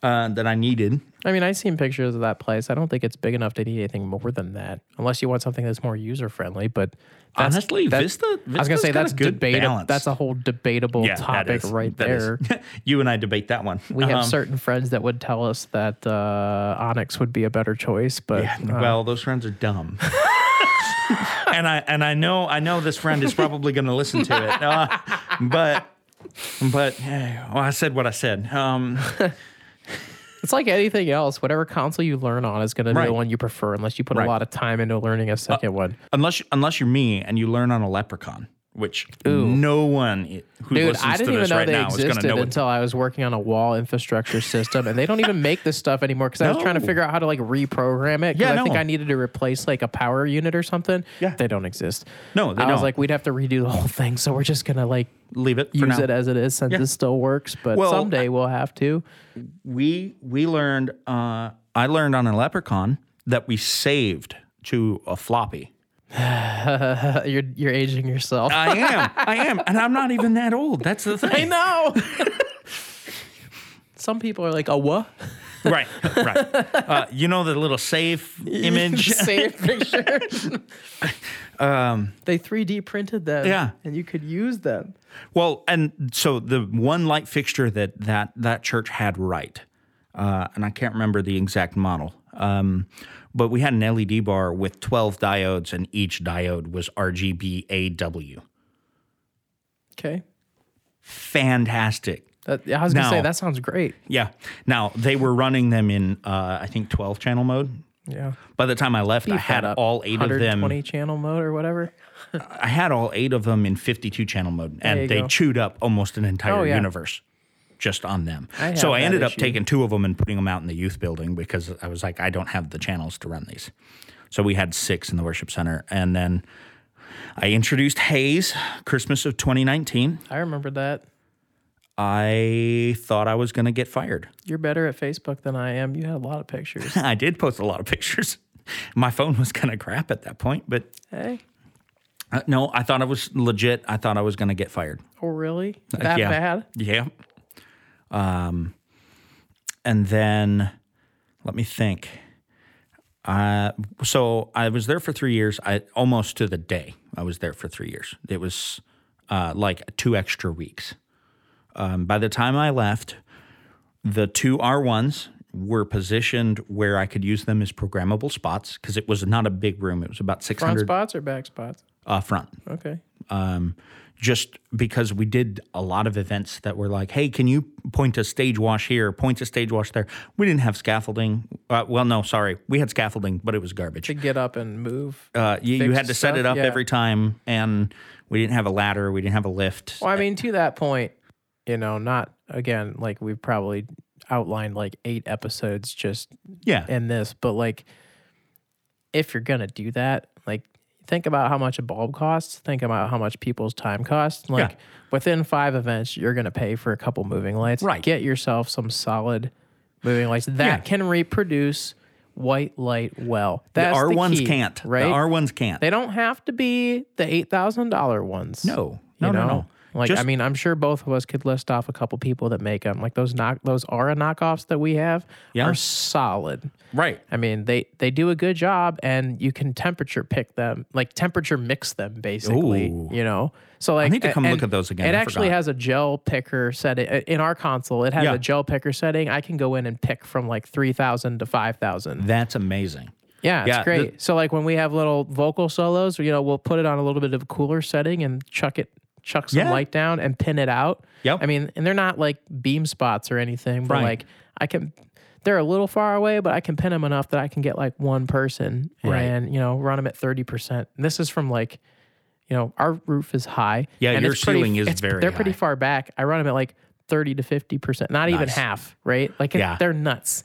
S2: uh, that I needed.
S1: I mean, I've seen pictures of that place. I don't think it's big enough to need anything more than that, unless you want something that's more user friendly. But that's,
S2: Honestly,
S1: that-
S2: Vista,
S1: I was gonna
S2: Vista's
S1: say
S2: got a
S1: that's
S2: good
S1: debatable.
S2: balance.
S1: That's a whole debatable topic right
S2: that is.
S1: there.
S2: you and I debate that one.
S1: We have
S2: Um,
S1: certain friends that would tell us that uh, Onyx would be a better choice, but
S2: yeah,
S1: uh,
S2: well, those friends are dumb. and I and I know I know this friend is probably going to listen to it, Uh, but but eh, well, I said what I said. Um,
S1: it's like anything else. Whatever console you learn on is going to be
S2: Right.
S1: the one you prefer, unless you put
S2: Right. Uh,
S1: a lot of time into learning a second one.
S2: unless unless you're me and you learn on a leprechaun, which no one i- who
S1: Dude,
S2: listens
S1: I didn't
S2: to
S1: even
S2: this
S1: know
S2: right
S1: they
S2: now is going to
S1: existed
S2: know what.
S1: until I was working on a wall infrastructure system, and they don't even make this stuff anymore because I was trying to
S2: No.
S1: figure out how to like reprogram it. 'cause
S2: Yeah,
S1: I think
S2: no.
S1: I needed to replace like a power unit or something.
S2: Yeah.
S1: they don't exist.
S2: No, they
S1: I was
S2: don't.
S1: like, we'd have to redo the whole thing, so we're just gonna like
S2: Leave it for
S1: use
S2: now.
S1: it as it is since it still works. But
S2: Well,
S1: someday we'll have to.
S2: we we learned. Uh, I learned on a leprechaun that we saved to a floppy.
S1: you're you're aging yourself.
S2: I am, I am, and I'm not even that old. That's the thing.
S1: I know. Some people are like, a what?
S2: Right, right. Uh, you know the little save image.
S1: Same picture. Um, they 3D printed them.
S2: Yeah.
S1: And you could use them.
S2: Well, and so the one light fixture that that that church had right, uh, and I can't remember the exact model, um, but we had an LED bar with twelve diodes, and each diode was RGBAW.
S1: Okay.
S2: Fantastic.
S1: That, I was going to say,
S2: Now-
S1: that sounds great.
S2: Yeah. Now they were running them in, uh, I think, twelve channel mode.
S1: Yeah.
S2: By the time I left, I had
S1: That up.
S2: all eight of them.
S1: 120 channel mode or whatever.
S2: I had all eight of them in fifty-two channel mode,
S1: you
S2: and they
S1: go.
S2: chewed up almost an entire
S1: Oh, yeah.
S2: universe. just on them.
S1: I have
S2: so I
S1: that
S2: ended up
S1: issue.
S2: taking two of them and putting them out in the youth building because I was like, I don't have the channels to run these. So we had six in the worship center. And then I introduced Hayes Christmas of 2019.
S1: I remember that.
S2: I thought I was going to get fired.
S1: You're better at Facebook than I am. You had a lot of pictures.
S2: I did post a lot of pictures. My phone was kind of crap at that point, but
S1: hey.
S2: uh, no, I thought I was legit. I thought I was going to get fired.
S1: Oh, really? That
S2: Uh, yeah.
S1: bad?
S2: Yeah. Um, and then let me think. Uh, so I was there for three years. I almost to the day I was there for three years. It was uh, like two extra weeks. Um, by the time I left, the two R1s were positioned where I could use them as programmable spots because it was not a big room. It was about
S1: Front
S2: 600
S1: spots or back spots?
S2: uh, front
S1: Okay.
S2: um, just because we did a lot of events that were like, hey, can you point a stage wash here, point a stage wash there? We didn't have scaffolding. Uh, well, no, sorry. We had scaffolding, but it was garbage.
S1: To get up and move.
S2: Uh, you, you
S1: fix
S2: had to set
S1: stuff?
S2: it up
S1: Yeah.
S2: every time, and we didn't have a ladder, we didn't have a lift.
S1: Well, I mean, to that point, you know, not again, like we've probably outlined like eight episodes just
S2: yeah.
S1: in this, but like if you're gonna do that, like think about how much a bulb costs, think about how much people's time costs. Like
S2: Yeah.
S1: within five events, you're gonna pay for a couple moving lights.
S2: Right.
S1: Get yourself some solid moving lights that
S2: Yeah.
S1: can reproduce white light well.
S2: The
S1: That's the
S2: R1s
S1: key,
S2: can't.
S1: Right.
S2: The R1s can't.
S1: they don't have to be the eight thousand dollar ones.
S2: no, no,
S1: you
S2: no,
S1: know?
S2: no.
S1: Like I
S2: Just-
S1: mean, I'm sure both of us could list off a couple people that make them. Like those knock, those Aura knockoffs that we have
S2: Yeah.
S1: are solid.
S2: Right.
S1: I mean, they they do a good job, and you can temperature pick them, like temperature mix them, basically.
S2: Ooh.
S1: You know, so like
S2: need to
S1: a-
S2: come look
S1: and
S2: at those again.
S1: It
S2: I
S1: actually
S2: forgot.
S1: has a gel picker setting uh, in our console. It has
S2: Yeah.
S1: a gel picker setting. I can go in and pick from like three thousand to five thousand.
S2: That's amazing.
S1: Yeah, it's
S2: Yeah, the-
S1: great. so like when we have little vocal solos, you know, we'll put it on a little bit of a cooler setting and chuck it, chuck some
S2: Yeah.
S1: light down and pin it out.
S2: Yep.
S1: I mean, and they're not like beam spots or anything, but
S2: Right.
S1: like I can, they're a little far away, but I can pin them enough that I can get like one person
S2: Right.
S1: and you know run them at thirty percent. And this is from like, you know, our roof is high.
S2: Yeah,
S1: and
S2: your
S1: it's pretty-
S2: ceiling is
S1: it's-
S2: very
S1: They're pretty
S2: high.
S1: far back. I run them at like thirty to fifty percent, not even
S2: Nice.
S1: half. Right? Like it-
S2: Yeah.
S1: they're nuts.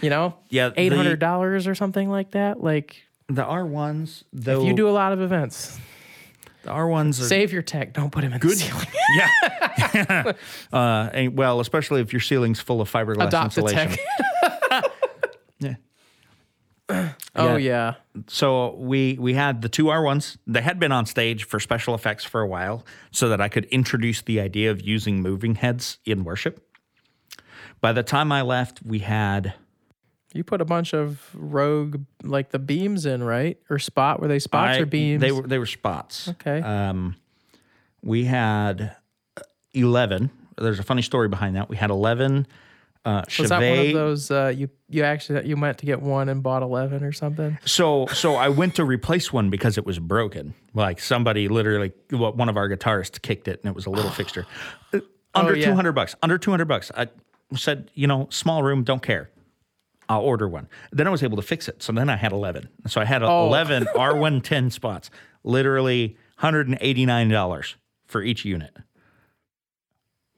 S1: You know,
S2: Yeah, the-
S1: eight hundred dollars or something like that. Like
S2: The R1s, though.
S1: if you do a lot of events,
S2: the R1s are
S1: save your tech. Don't put him in the ceiling.
S2: yeah. uh, and- well, especially if your ceiling's full of fiberglass
S1: Adopt a
S2: insulation.
S1: tech.
S2: Yeah.
S1: Oh yeah.
S2: So we we had the two R ones. They had been on stage for special effects for a while, so that I could introduce the idea of using moving heads in worship. By the time I left, we had
S1: You put a bunch of rogue like the beams in, right? Or spot where they spots
S2: I-
S1: or beams.
S2: They were they were spots.
S1: okay.
S2: Um, we had uh, eleven. There's a funny story behind that. We had eleven. Uh,
S1: Was that one of
S2: Chevet-
S1: those uh, you you actually you meant to get one and bought eleven or something?
S2: So so I went to replace one because it was broken. Like somebody literally, well, one of our guitarists kicked it, and it was a little fixture. Uh, Under
S1: yeah.
S2: two hundred bucks. Under two hundred bucks. I said, you know, small room, don't care. I'll order one. Then I was able to fix it. So then I had eleven. So I had eleven R one ten spots. Literally hundred and eighty nine dollars for each unit.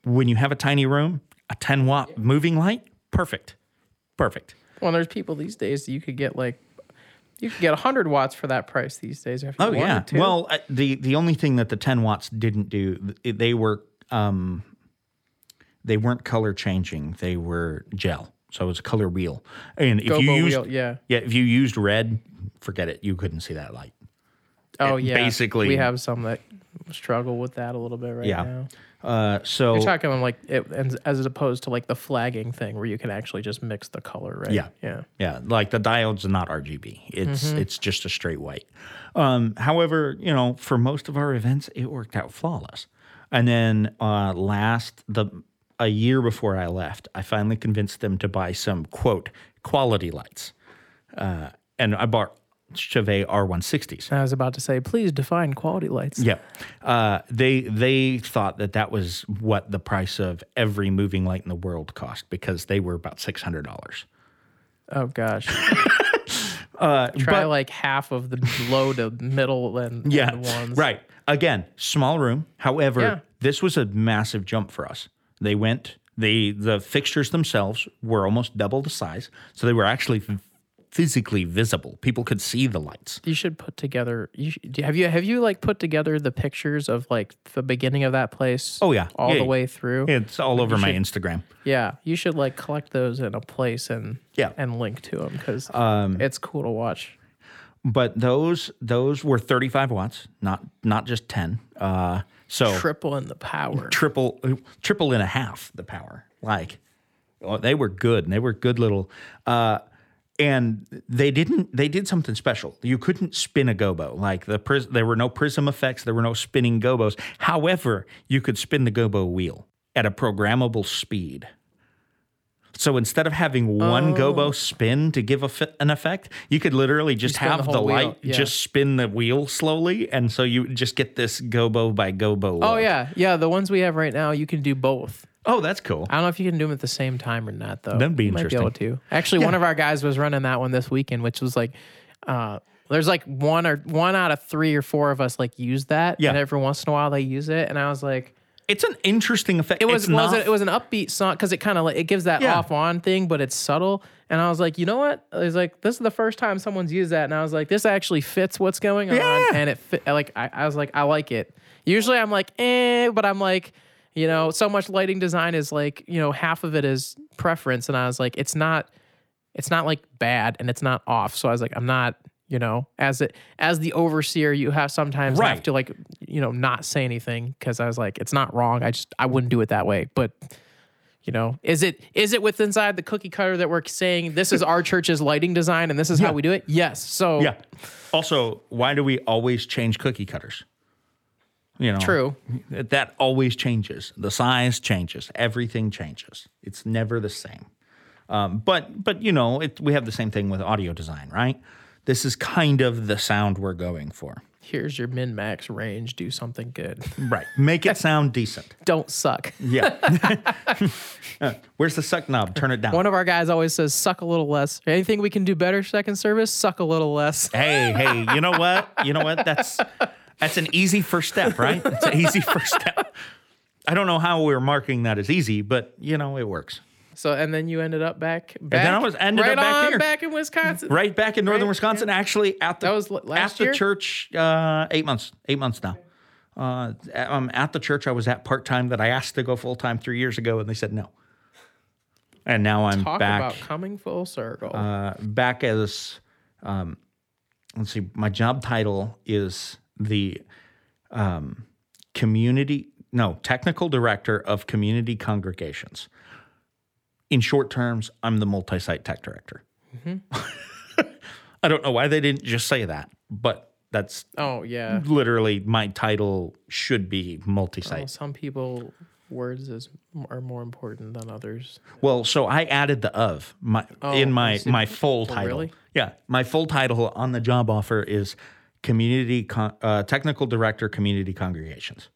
S2: When you have a tiny room, a ten watt moving light, perfect, perfect.
S1: Well, there's people these days that you could get like you could get hundred watts for that price these days. If you
S2: Oh
S1: wanted
S2: yeah.
S1: to.
S2: Well, uh, the the only thing that the 10 watts didn't do, th- they were um, they weren't color changing. They were gel, so it was a color wheel. And if you
S1: Gobo
S2: used
S1: wheel, yeah.
S2: yeah, if you used red, forget it. You couldn't see that light.
S1: Oh
S2: it
S1: yeah.
S2: basically-
S1: we have some that struggle with that a little bit right
S2: Yeah.
S1: now.
S2: Uh, so
S1: You're talking about like it, as, as opposed to like the flagging thing where you can actually just mix the color, right?
S2: Yeah.
S1: Yeah.
S2: Yeah, like the diode's not RGB. It's it's just a straight white. Um, however, you know, for most of our events, it worked out flawless. And then uh, last the a year before I left, I finally convinced them to buy some quote quality lights, uh, and I bought Chevet R160s.
S1: I was about to say, please define quality lights.
S2: Yeah, uh, they they thought that that was what the price of every moving light in the world cost because they were about six hundred dollars.
S1: Oh gosh.
S2: Uh,
S1: Try like half of the low to middle and
S2: yeah,
S1: and ones.
S2: Right. Again, small room. However,
S1: Yeah.
S2: this was a massive jump for us. They went, The the fixtures themselves were almost double the size, so they were actually physically visible. People could see the lights.
S1: You should put together. You sh do- have you have you like put together the pictures of like the beginning of that place?
S2: Oh, yeah.
S1: all
S2: Yeah.
S1: the way through. Yeah.
S2: It's all over my Instagram.
S1: you should like collect those in a place and
S2: Yeah. Um,
S1: and link to them because it's cool to watch.
S2: But those those were 35 watts, not not just 10. Uh, so
S1: Triple in the power.
S2: triple triple and a half the power. Like oh, they were good. And they were good little uh and they didn't they did something special. You couldn't spin a gobo. Like the pris- there were no prism effects, there were no spinning gobos. However, you could spin the gobo wheel at a programmable speed. So instead of having one
S1: Oh.
S2: gobo spin to give a fi- an effect, you could literally just
S1: spin the
S2: have the,
S1: whole wheel,
S2: light
S1: yeah.
S2: just spin the wheel slowly and so you just get this gobo by gobo.
S1: Oh yeah, yeah. The ones we have right now, you can do both.
S2: Oh, that's cool.
S1: I don't know if you can do them at the same time or not, though.
S2: That'd be
S1: You Might be
S2: interesting.
S1: able to. Actually, one of our guys was running that one this weekend, which was like, uh, there's like one or one out of three or four of us like use that,
S2: Yeah.
S1: and every once in a while they use it, and I was like,
S2: It's an interesting effect.
S1: it was
S2: It's
S1: was
S2: not-
S1: it, it was an upbeat song because it kind of like it gives that
S2: Yeah.
S1: off on thing, but it's subtle, and I was like, you know what? I was like, this is the first time someone's used that, and I was like, this actually fits what's going on,
S2: Yeah.
S1: and it fit, like I, I was like, I like it. Usually I'm like, eh, but I'm like, you know, so much lighting design is like, you know, half of it is preference, and I was like, it's not, it's not like bad, and it's not off, so I was like, I'm not. You know, as it as the overseer, you have sometimes have
S2: Right.
S1: to like, you know, not say anything because I was like, it's not wrong. I just I wouldn't do it that way. But you know, is it is it with inside the cookie cutter that we're saying this is our church's lighting design and this is how we do it? Yes. So
S2: yeah. Also, why do we always change cookie cutters? You know,
S1: True.
S2: That always changes. The size changes. Everything changes. It's never the same. Um, but but you know, it, we have the same thing with audio design, right? This is kind of the sound we're going for,
S1: here's your min max range. Do something good.
S2: right? Make it sound decent.
S1: Don't suck.
S2: Yeah. Where's the suck knob? Turn it down.
S1: One of our guys always says suck a little less. Anything we can do better, second service, suck a little less.
S2: hey, hey, you know what? You know what? That's that's an easy first step, right? It's an easy first step. I don't know how we're marking that as easy, but you know it works.
S1: So and then you ended up back back
S2: then I was- ended up
S1: right
S2: back
S1: on
S2: here.
S1: back in Wisconsin.
S2: Right back in northern Wisconsin, actually at the
S1: That was l- last
S2: at the
S1: year?
S2: church uh, eight months, eight months now. Uh, I'm at the church I was at part time that I asked to go full time three years ago, and they said no. And now I'm
S1: Talk
S2: back.
S1: about coming full circle.
S2: uh, back as um, let's see my job title is the um, community no technical director of community congregations in short terms i'm the multi-site tech director Mm-hmm. i don't know why they didn't just say that but that's
S1: oh yeah.
S2: literally my title should be multi-site
S1: Well, some people words is are more important than others.
S2: Well, so I added the of my
S1: Oh,
S2: in my my full title.
S1: really?
S2: Yeah, my full title on the job offer is community con- uh, technical director, community congregations,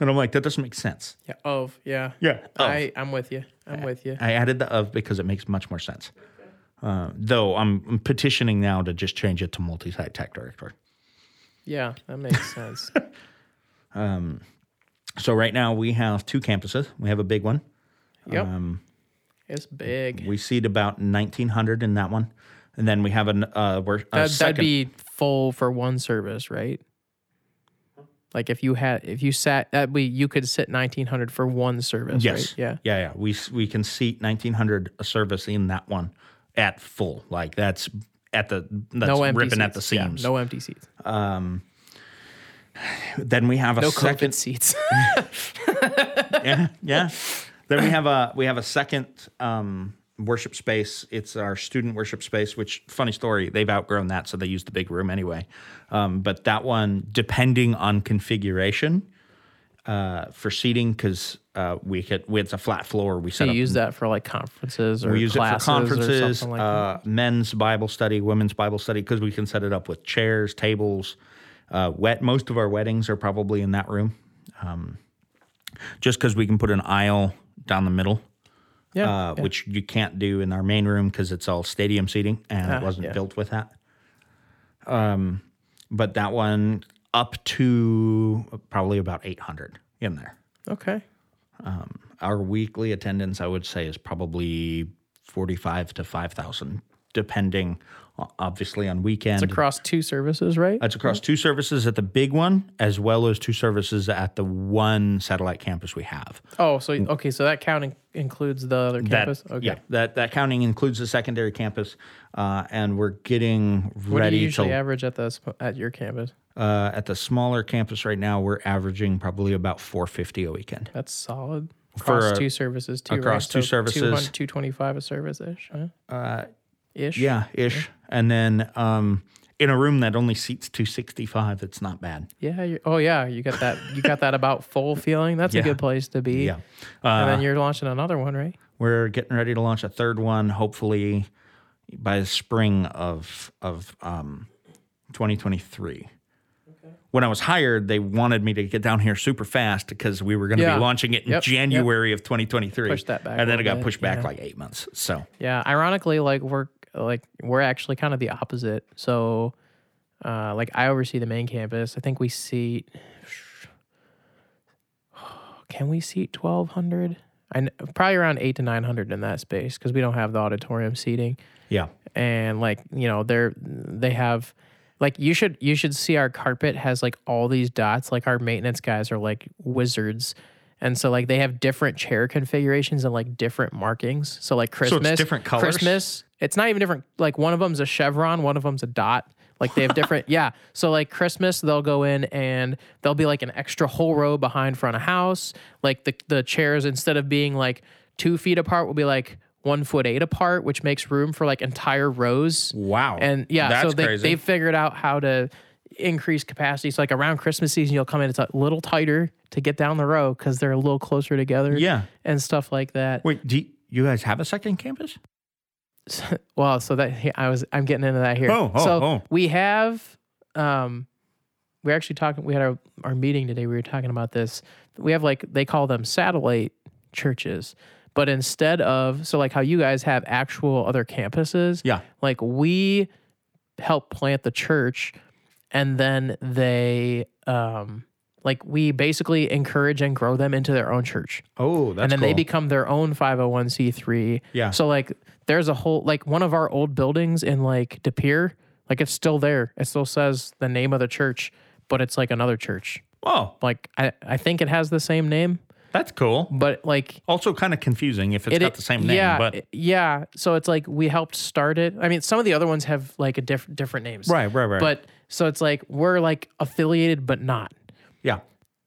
S2: and I'm like, that doesn't make sense.
S1: Yeah. Of yeah.
S2: Yeah, Oh. of.
S1: I I'm with you. I'm with you.
S2: I added the of because it makes much more sense. Uh, though I'm I'm petitioning now to just change it to multi-site tech director.
S1: Yeah, that makes sense.
S2: So right now we have two campuses. We have a big one.
S1: Yep.
S2: Um,
S1: it's big.
S2: We seat about 1,900 in that one, and then we have an uh, we're a
S1: That, that'd
S2: second-
S1: be full for one service, right? Like if you had if you sat that we you could sit 1900 for one service,
S2: Yes.
S1: right? Yeah.
S2: Yeah. Yeah. We s- we can seat nineteen hundred a service in that one at full. Like that's at the that's
S1: No empty
S2: ripping at the
S1: seats. Yeah,
S2: seams.
S1: no empty seats.
S2: Then we have a
S1: No COVID
S2: second.
S1: seats.
S2: yeah. Yeah. Then we have a we have a second um, worship space. It's our student worship space. Which funny story, they've outgrown that, so they use the big room anyway. Um, but that one, depending on configuration. Uh, for seating, because uh, we could, we- it's a flat floor. We set
S1: you
S2: up
S1: use that for like conferences or
S2: We use it for
S1: classes or
S2: conferences,
S1: something like that.
S2: uh, men's Bible study, women's Bible study, because we can set it up with chairs, tables. Uh, wet. Most of our weddings are probably in that room, um, just because we can put an aisle down the middle,
S1: Yeah.
S2: uh, which you can't do in our main room because it's all stadium seating and
S1: Ah,
S2: it wasn't
S1: yeah.
S2: built with that. Um, but that one up to probably about eight hundred in there.
S1: okay.
S2: Um, our weekly attendance, I would say, is probably forty-five to five thousand, depending, o- obviously, on weekend.
S1: It's across Mhm. two services, right?
S2: That's across two services at the big one, as well as two services at the one satellite campus we have.
S1: oh, so okay, so that count in- includes the other
S2: That,
S1: campus. okay.
S2: Yeah, that that counting includes the secondary campus, uh, and we're getting
S1: What
S2: ready
S1: do you usually
S2: to
S1: average at the sp- at your campus?
S2: uh, at the smaller campus right now. We're averaging probably about four fifty a weekend.
S1: That's solid.
S2: For
S1: Across
S2: a-
S1: two services, two
S2: across two services.
S1: two twenty five a service ish, huh? Uh, ish.
S2: Yeah, ish. And then um, in a room that only seats two sixty five, it's not bad.
S1: Yeah. You're, oh, yeah. You got that. You got that about full feeling. That's
S2: Yeah.
S1: a good place to be.
S2: Yeah, Uh,
S1: and then you're launching another one, right?
S2: we're getting ready to launch a third one. Hopefully by the spring of of um, twenty twenty three. When I was hired, they wanted me to get down here super fast because we were going to
S1: Yeah.
S2: be launching it in
S1: Yep, yep.
S2: January of 2023.
S1: Push that back
S2: and
S1: a
S2: then it
S1: little
S2: got
S1: bit,
S2: pushed back
S1: yeah.
S2: like eight months. So
S1: Yeah. Ironically, like we're like we're actually kind of the opposite. So, uh, like I oversee the main campus. I think we seat. Can we seat twelve hundred? And probably around eight to nine hundred in that space because we don't have the auditorium seating.
S2: yeah,
S1: and like you know they're they have like you should you should see our carpet has like all these dots like our maintenance guys are like wizards and so like they have different chair configurations and like different markings so like
S2: it's
S1: christmas
S2: different colors?
S1: christmas it's not even different like one of them's a chevron one of them's a dot like they have different yeah so like christmas they'll go in and there'll be like an extra whole row behind front of house like the the chairs instead of being like two feet apart will be like one foot eight apart which makes room for like entire rows
S2: wow,
S1: and yeah,
S2: that's
S1: so they
S2: crazy.
S1: they figured out how to increase capacity. So like around Christmas season, you'll come in it's a little tighter to get down the row because they're a little closer together.
S2: Yeah.
S1: and stuff like that.
S2: Wait, do you, you guys have a second campus?
S1: Well, so that I was I'm getting into that here.
S2: Oh, oh,
S1: so
S2: oh.
S1: we have um we're actually talking we had our, our meeting today we were talking about this we have like they call them satellite churches but instead of so like how you guys have actual other campuses
S2: Yeah.
S1: like we help plant the church and then they um like we basically encourage and grow them into their own church
S2: Oh, that's
S1: and then they
S2: cool.
S1: become their own 501c3
S2: Yeah.
S1: so like there's a whole like one of our old buildings in like De Pere, like it's still there. It still says the name of the church, but it's like another church.
S2: Oh,
S1: Like I, I think it has the same name,
S2: that's cool.
S1: but like
S2: Also, kind of confusing if it's
S1: it-
S2: got the same name,
S1: yeah,
S2: but
S1: it- yeah. So it's like we helped start it. I mean, some of the other ones have like a diff- different names.
S2: right, right, right.
S1: But so it's like we're like affiliated but not.
S2: yeah,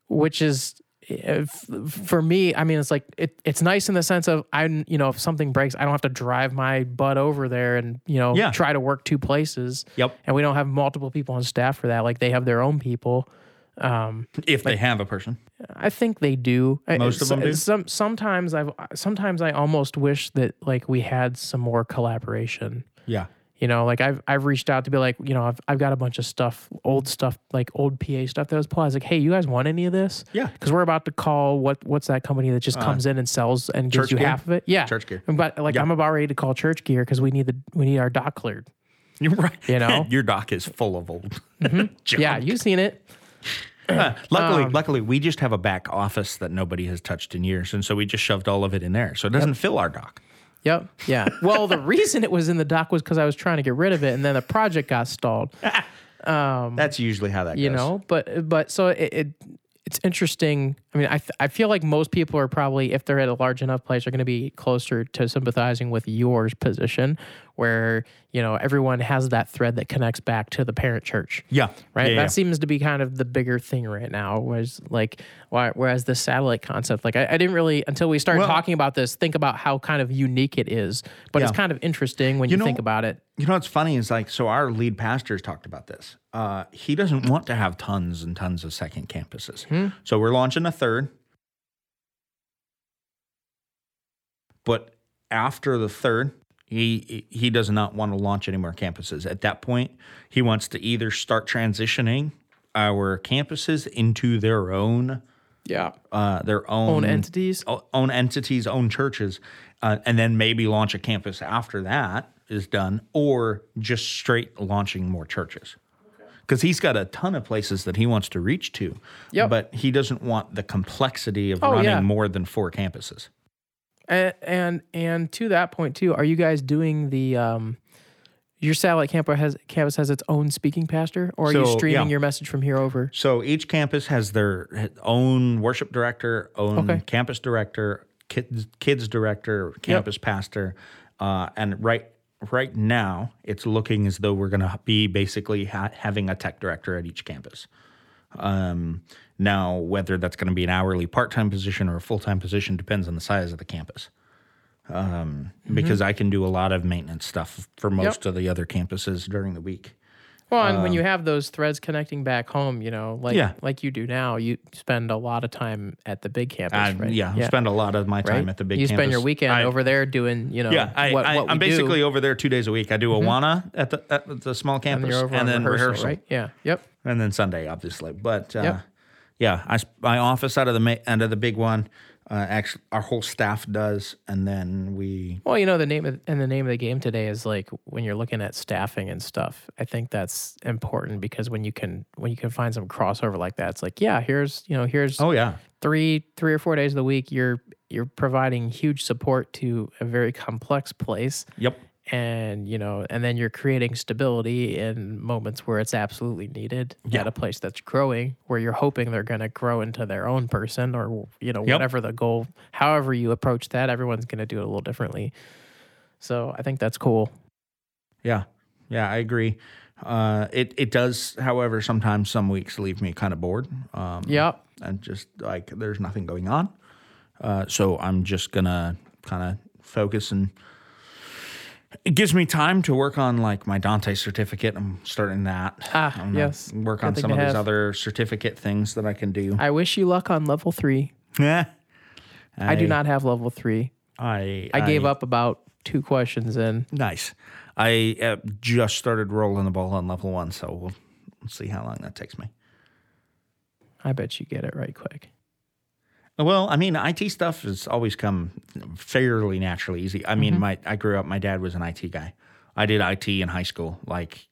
S1: which is if, for me i mean it's like it, it's nice in the sense of i you know if something breaks i don't have to drive my butt over there and you know
S2: Yeah.
S1: try to work two places
S2: Yep.
S1: and we don't have multiple people on staff for that like they have their own people um
S2: if they have a person,
S1: i think they do I-
S2: Most of
S1: so-
S2: them do?
S1: some sometimes i've sometimes i almost wish that like we had some more collaboration
S2: yeah,
S1: you know, like I've I've reached out to be like, you know, I've I've got a bunch of stuff, old stuff, like old PA stuff that was plugged. I was like, hey, you guys want any of this?
S2: Yeah.
S1: Because we're about to call what what's that company that just comes in and sells and gives
S2: Church
S1: you
S2: Gear?
S1: half of it? Yeah.
S2: Church Gear.
S1: I'm about, like I'm about ready to call church gear because we need the we need our dock cleared.
S2: you're right.
S1: You know? Mm-hmm.
S2: your doc is full of old. junk.
S1: Yeah, Um, you've seen it.
S2: Luckily, luckily, we just have a back office that nobody has touched in years, and so we just shoved all of it in there, so it doesn't fill our doc.
S1: Yep. Yeah. Well, the reason it was in the dock was because I was trying to get rid of it, and then the project got stalled.
S2: That's usually how that
S1: Um, you
S2: goes.
S1: know but but so it, it it's interesting i mean I, th- I feel like most people are probably if they're at a large enough place are going to be closer to sympathizing with yours position where you know everyone has that thread that connects back to the parent church
S2: Yeah,
S1: right
S2: Yeah,
S1: that
S2: yeah.
S1: seems to be kind of the bigger thing right now was like why- whereas the satellite concept like i, I didn't really until we started
S2: Well-
S1: talking about this think about how kind of unique it is but it's
S2: Yeah.
S1: kind of interesting when you,
S2: You know-
S1: think about it
S2: You know what's funny is like so our lead pastor's talked about this. Uh, he doesn't want to have tons and tons of second campuses. So we're launching a third. But after the third, he he does not want to launch any more campuses. At that point, he wants to either start transitioning our campuses into their own
S1: yeah Um,
S2: uh, their own
S1: own entities
S2: o- own entities, own churches, uh, and then maybe launch a campus after that is done, or just straight launching more churches. because he's got a ton of places that he wants to reach to.
S1: Yep.
S2: But he doesn't want the complexity of
S1: Oh,
S2: running
S1: yeah.
S2: more than four campuses.
S1: And, and and to that point too, are you guys doing the um your satellite campus has campus has its own speaking pastor, or are you
S2: So,
S1: streaming
S2: yeah.
S1: your message from here over?
S2: So each campus has their own worship director, own
S1: Okay.
S2: campus director, kids kids director, campus pastor, uh, and right right now it's looking as though we're going to be basically ha- having a tech director at each campus. Um, now, whether that's going to be an hourly part time position or a full time position depends on the size of the campus. Um, Because I can do a lot of maintenance stuff for most of the other campuses during the week.
S1: Well, and when you have those threads connecting back home, you know, like
S2: Yeah.
S1: like you do now, you spend a lot of time at the big campus,
S2: I,
S1: right?
S2: Yeah, I spend a lot of my time at the big.
S1: You spend
S2: campus.
S1: your weekend
S2: I-
S1: over there doing, you know,
S2: Yeah, I,
S1: what,
S2: I,
S1: what we
S2: I'm
S1: do, Mm-hmm.
S2: basically over there two days a week. I do Awana at the at the small
S1: and
S2: campus,
S1: you're over on
S2: then
S1: rehearsal, right? Yeah. Yep.
S2: and then Sunday, obviously. But uh,
S1: Yep.
S2: yeah, I s- my office out of the ma- end of the big one. Uh, actually, our whole staff does, and then we.
S1: Well, you know the name of, and the name of the game today is like when you're looking at staffing and stuff. I think that's important because when you can when you can find some crossover like that, it's like yeah, here's you know here's
S2: Oh yeah,
S1: three three or four days of the week you're you're providing huge support to a very complex place,
S2: yep.
S1: and you know and then you're creating stability in moments where it's absolutely needed at a place that's growing, where you're hoping they're going to grow into their own person or you know
S2: Yep.
S1: whatever the goal. However you approach that, everyone's going to do it a little differently. So I think that's cool.
S2: Yeah, yeah, I agree. Uh, it it does, however, sometimes some weeks leave me kind of bored. Um,
S1: Yep.
S2: and just like there's nothing going on. Uh, so I'm just gonna kind of focus and it gives me time to work on like my Dante certificate. I'm starting that.
S1: Ah,
S2: I'm gonna
S1: yes.
S2: Work
S1: Good
S2: on
S1: thing
S2: some
S1: to
S2: of these
S1: have.
S2: other certificate things that I can do.
S1: I wish you luck on level three.
S2: Yeah.
S1: I, do not have level three.
S2: I
S1: I, gave up about two questions in.
S2: Nice. I uh, just started rolling the ball on level one, so we'll, we'll see how long that takes me.
S1: I bet you get it right quick.
S2: Well, I mean, IT stuff has always come fairly naturally easy. I mean,
S1: Mm-hmm.
S2: my I grew up. My dad was an IT guy. I did IT in high school. Like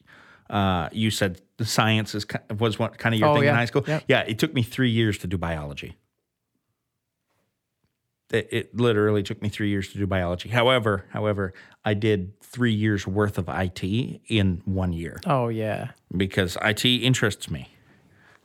S2: uh, you said, the science is ki- was what kind of your
S1: Oh,
S2: thing in
S1: yeah.
S2: high school.
S1: Yep.
S2: Yeah, it took me three years to do biology. It, it literally took me three years to do biology. However, however, I did three years worth of IT in one year
S1: Oh yeah.
S2: because IT interests me,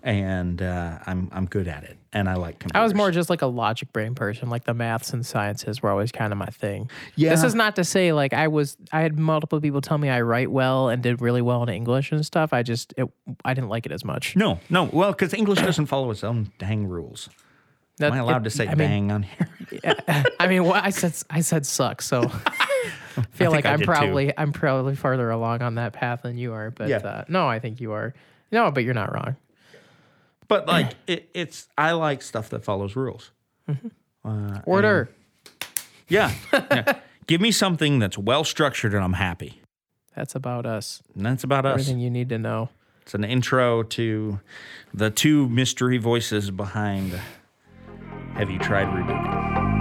S2: and uh, I'm I'm good at it, and I like computers.
S1: I was more just like a logic brain person. Like the maths and sciences were always kind of my thing.
S2: Yeah.
S1: This is not to say like I was. I had multiple people tell me I write well and did really well in English and stuff. I just it, I didn't like it as much.
S2: No, no. Well, because English doesn't follow its own dang rules.
S1: That-
S2: Am I allowed to say
S1: I mean,
S2: dang on here?
S1: I mean, well, I said I said suck. So I feel like
S2: I
S1: I'm
S2: did too.
S1: probably I'm probably farther along on that path than you are. But
S2: Yeah.
S1: uh, no, I think you are. No, but you're not wrong.
S2: But like, it, it's I like stuff that follows rules.
S1: Order.
S2: Yeah. yeah. Give me something that's well structured and I'm happy.
S1: That's about us.
S2: And that's about us.
S1: Everything you need to know.
S2: It's an intro to the two mystery voices behind Have You Tried Rebooting?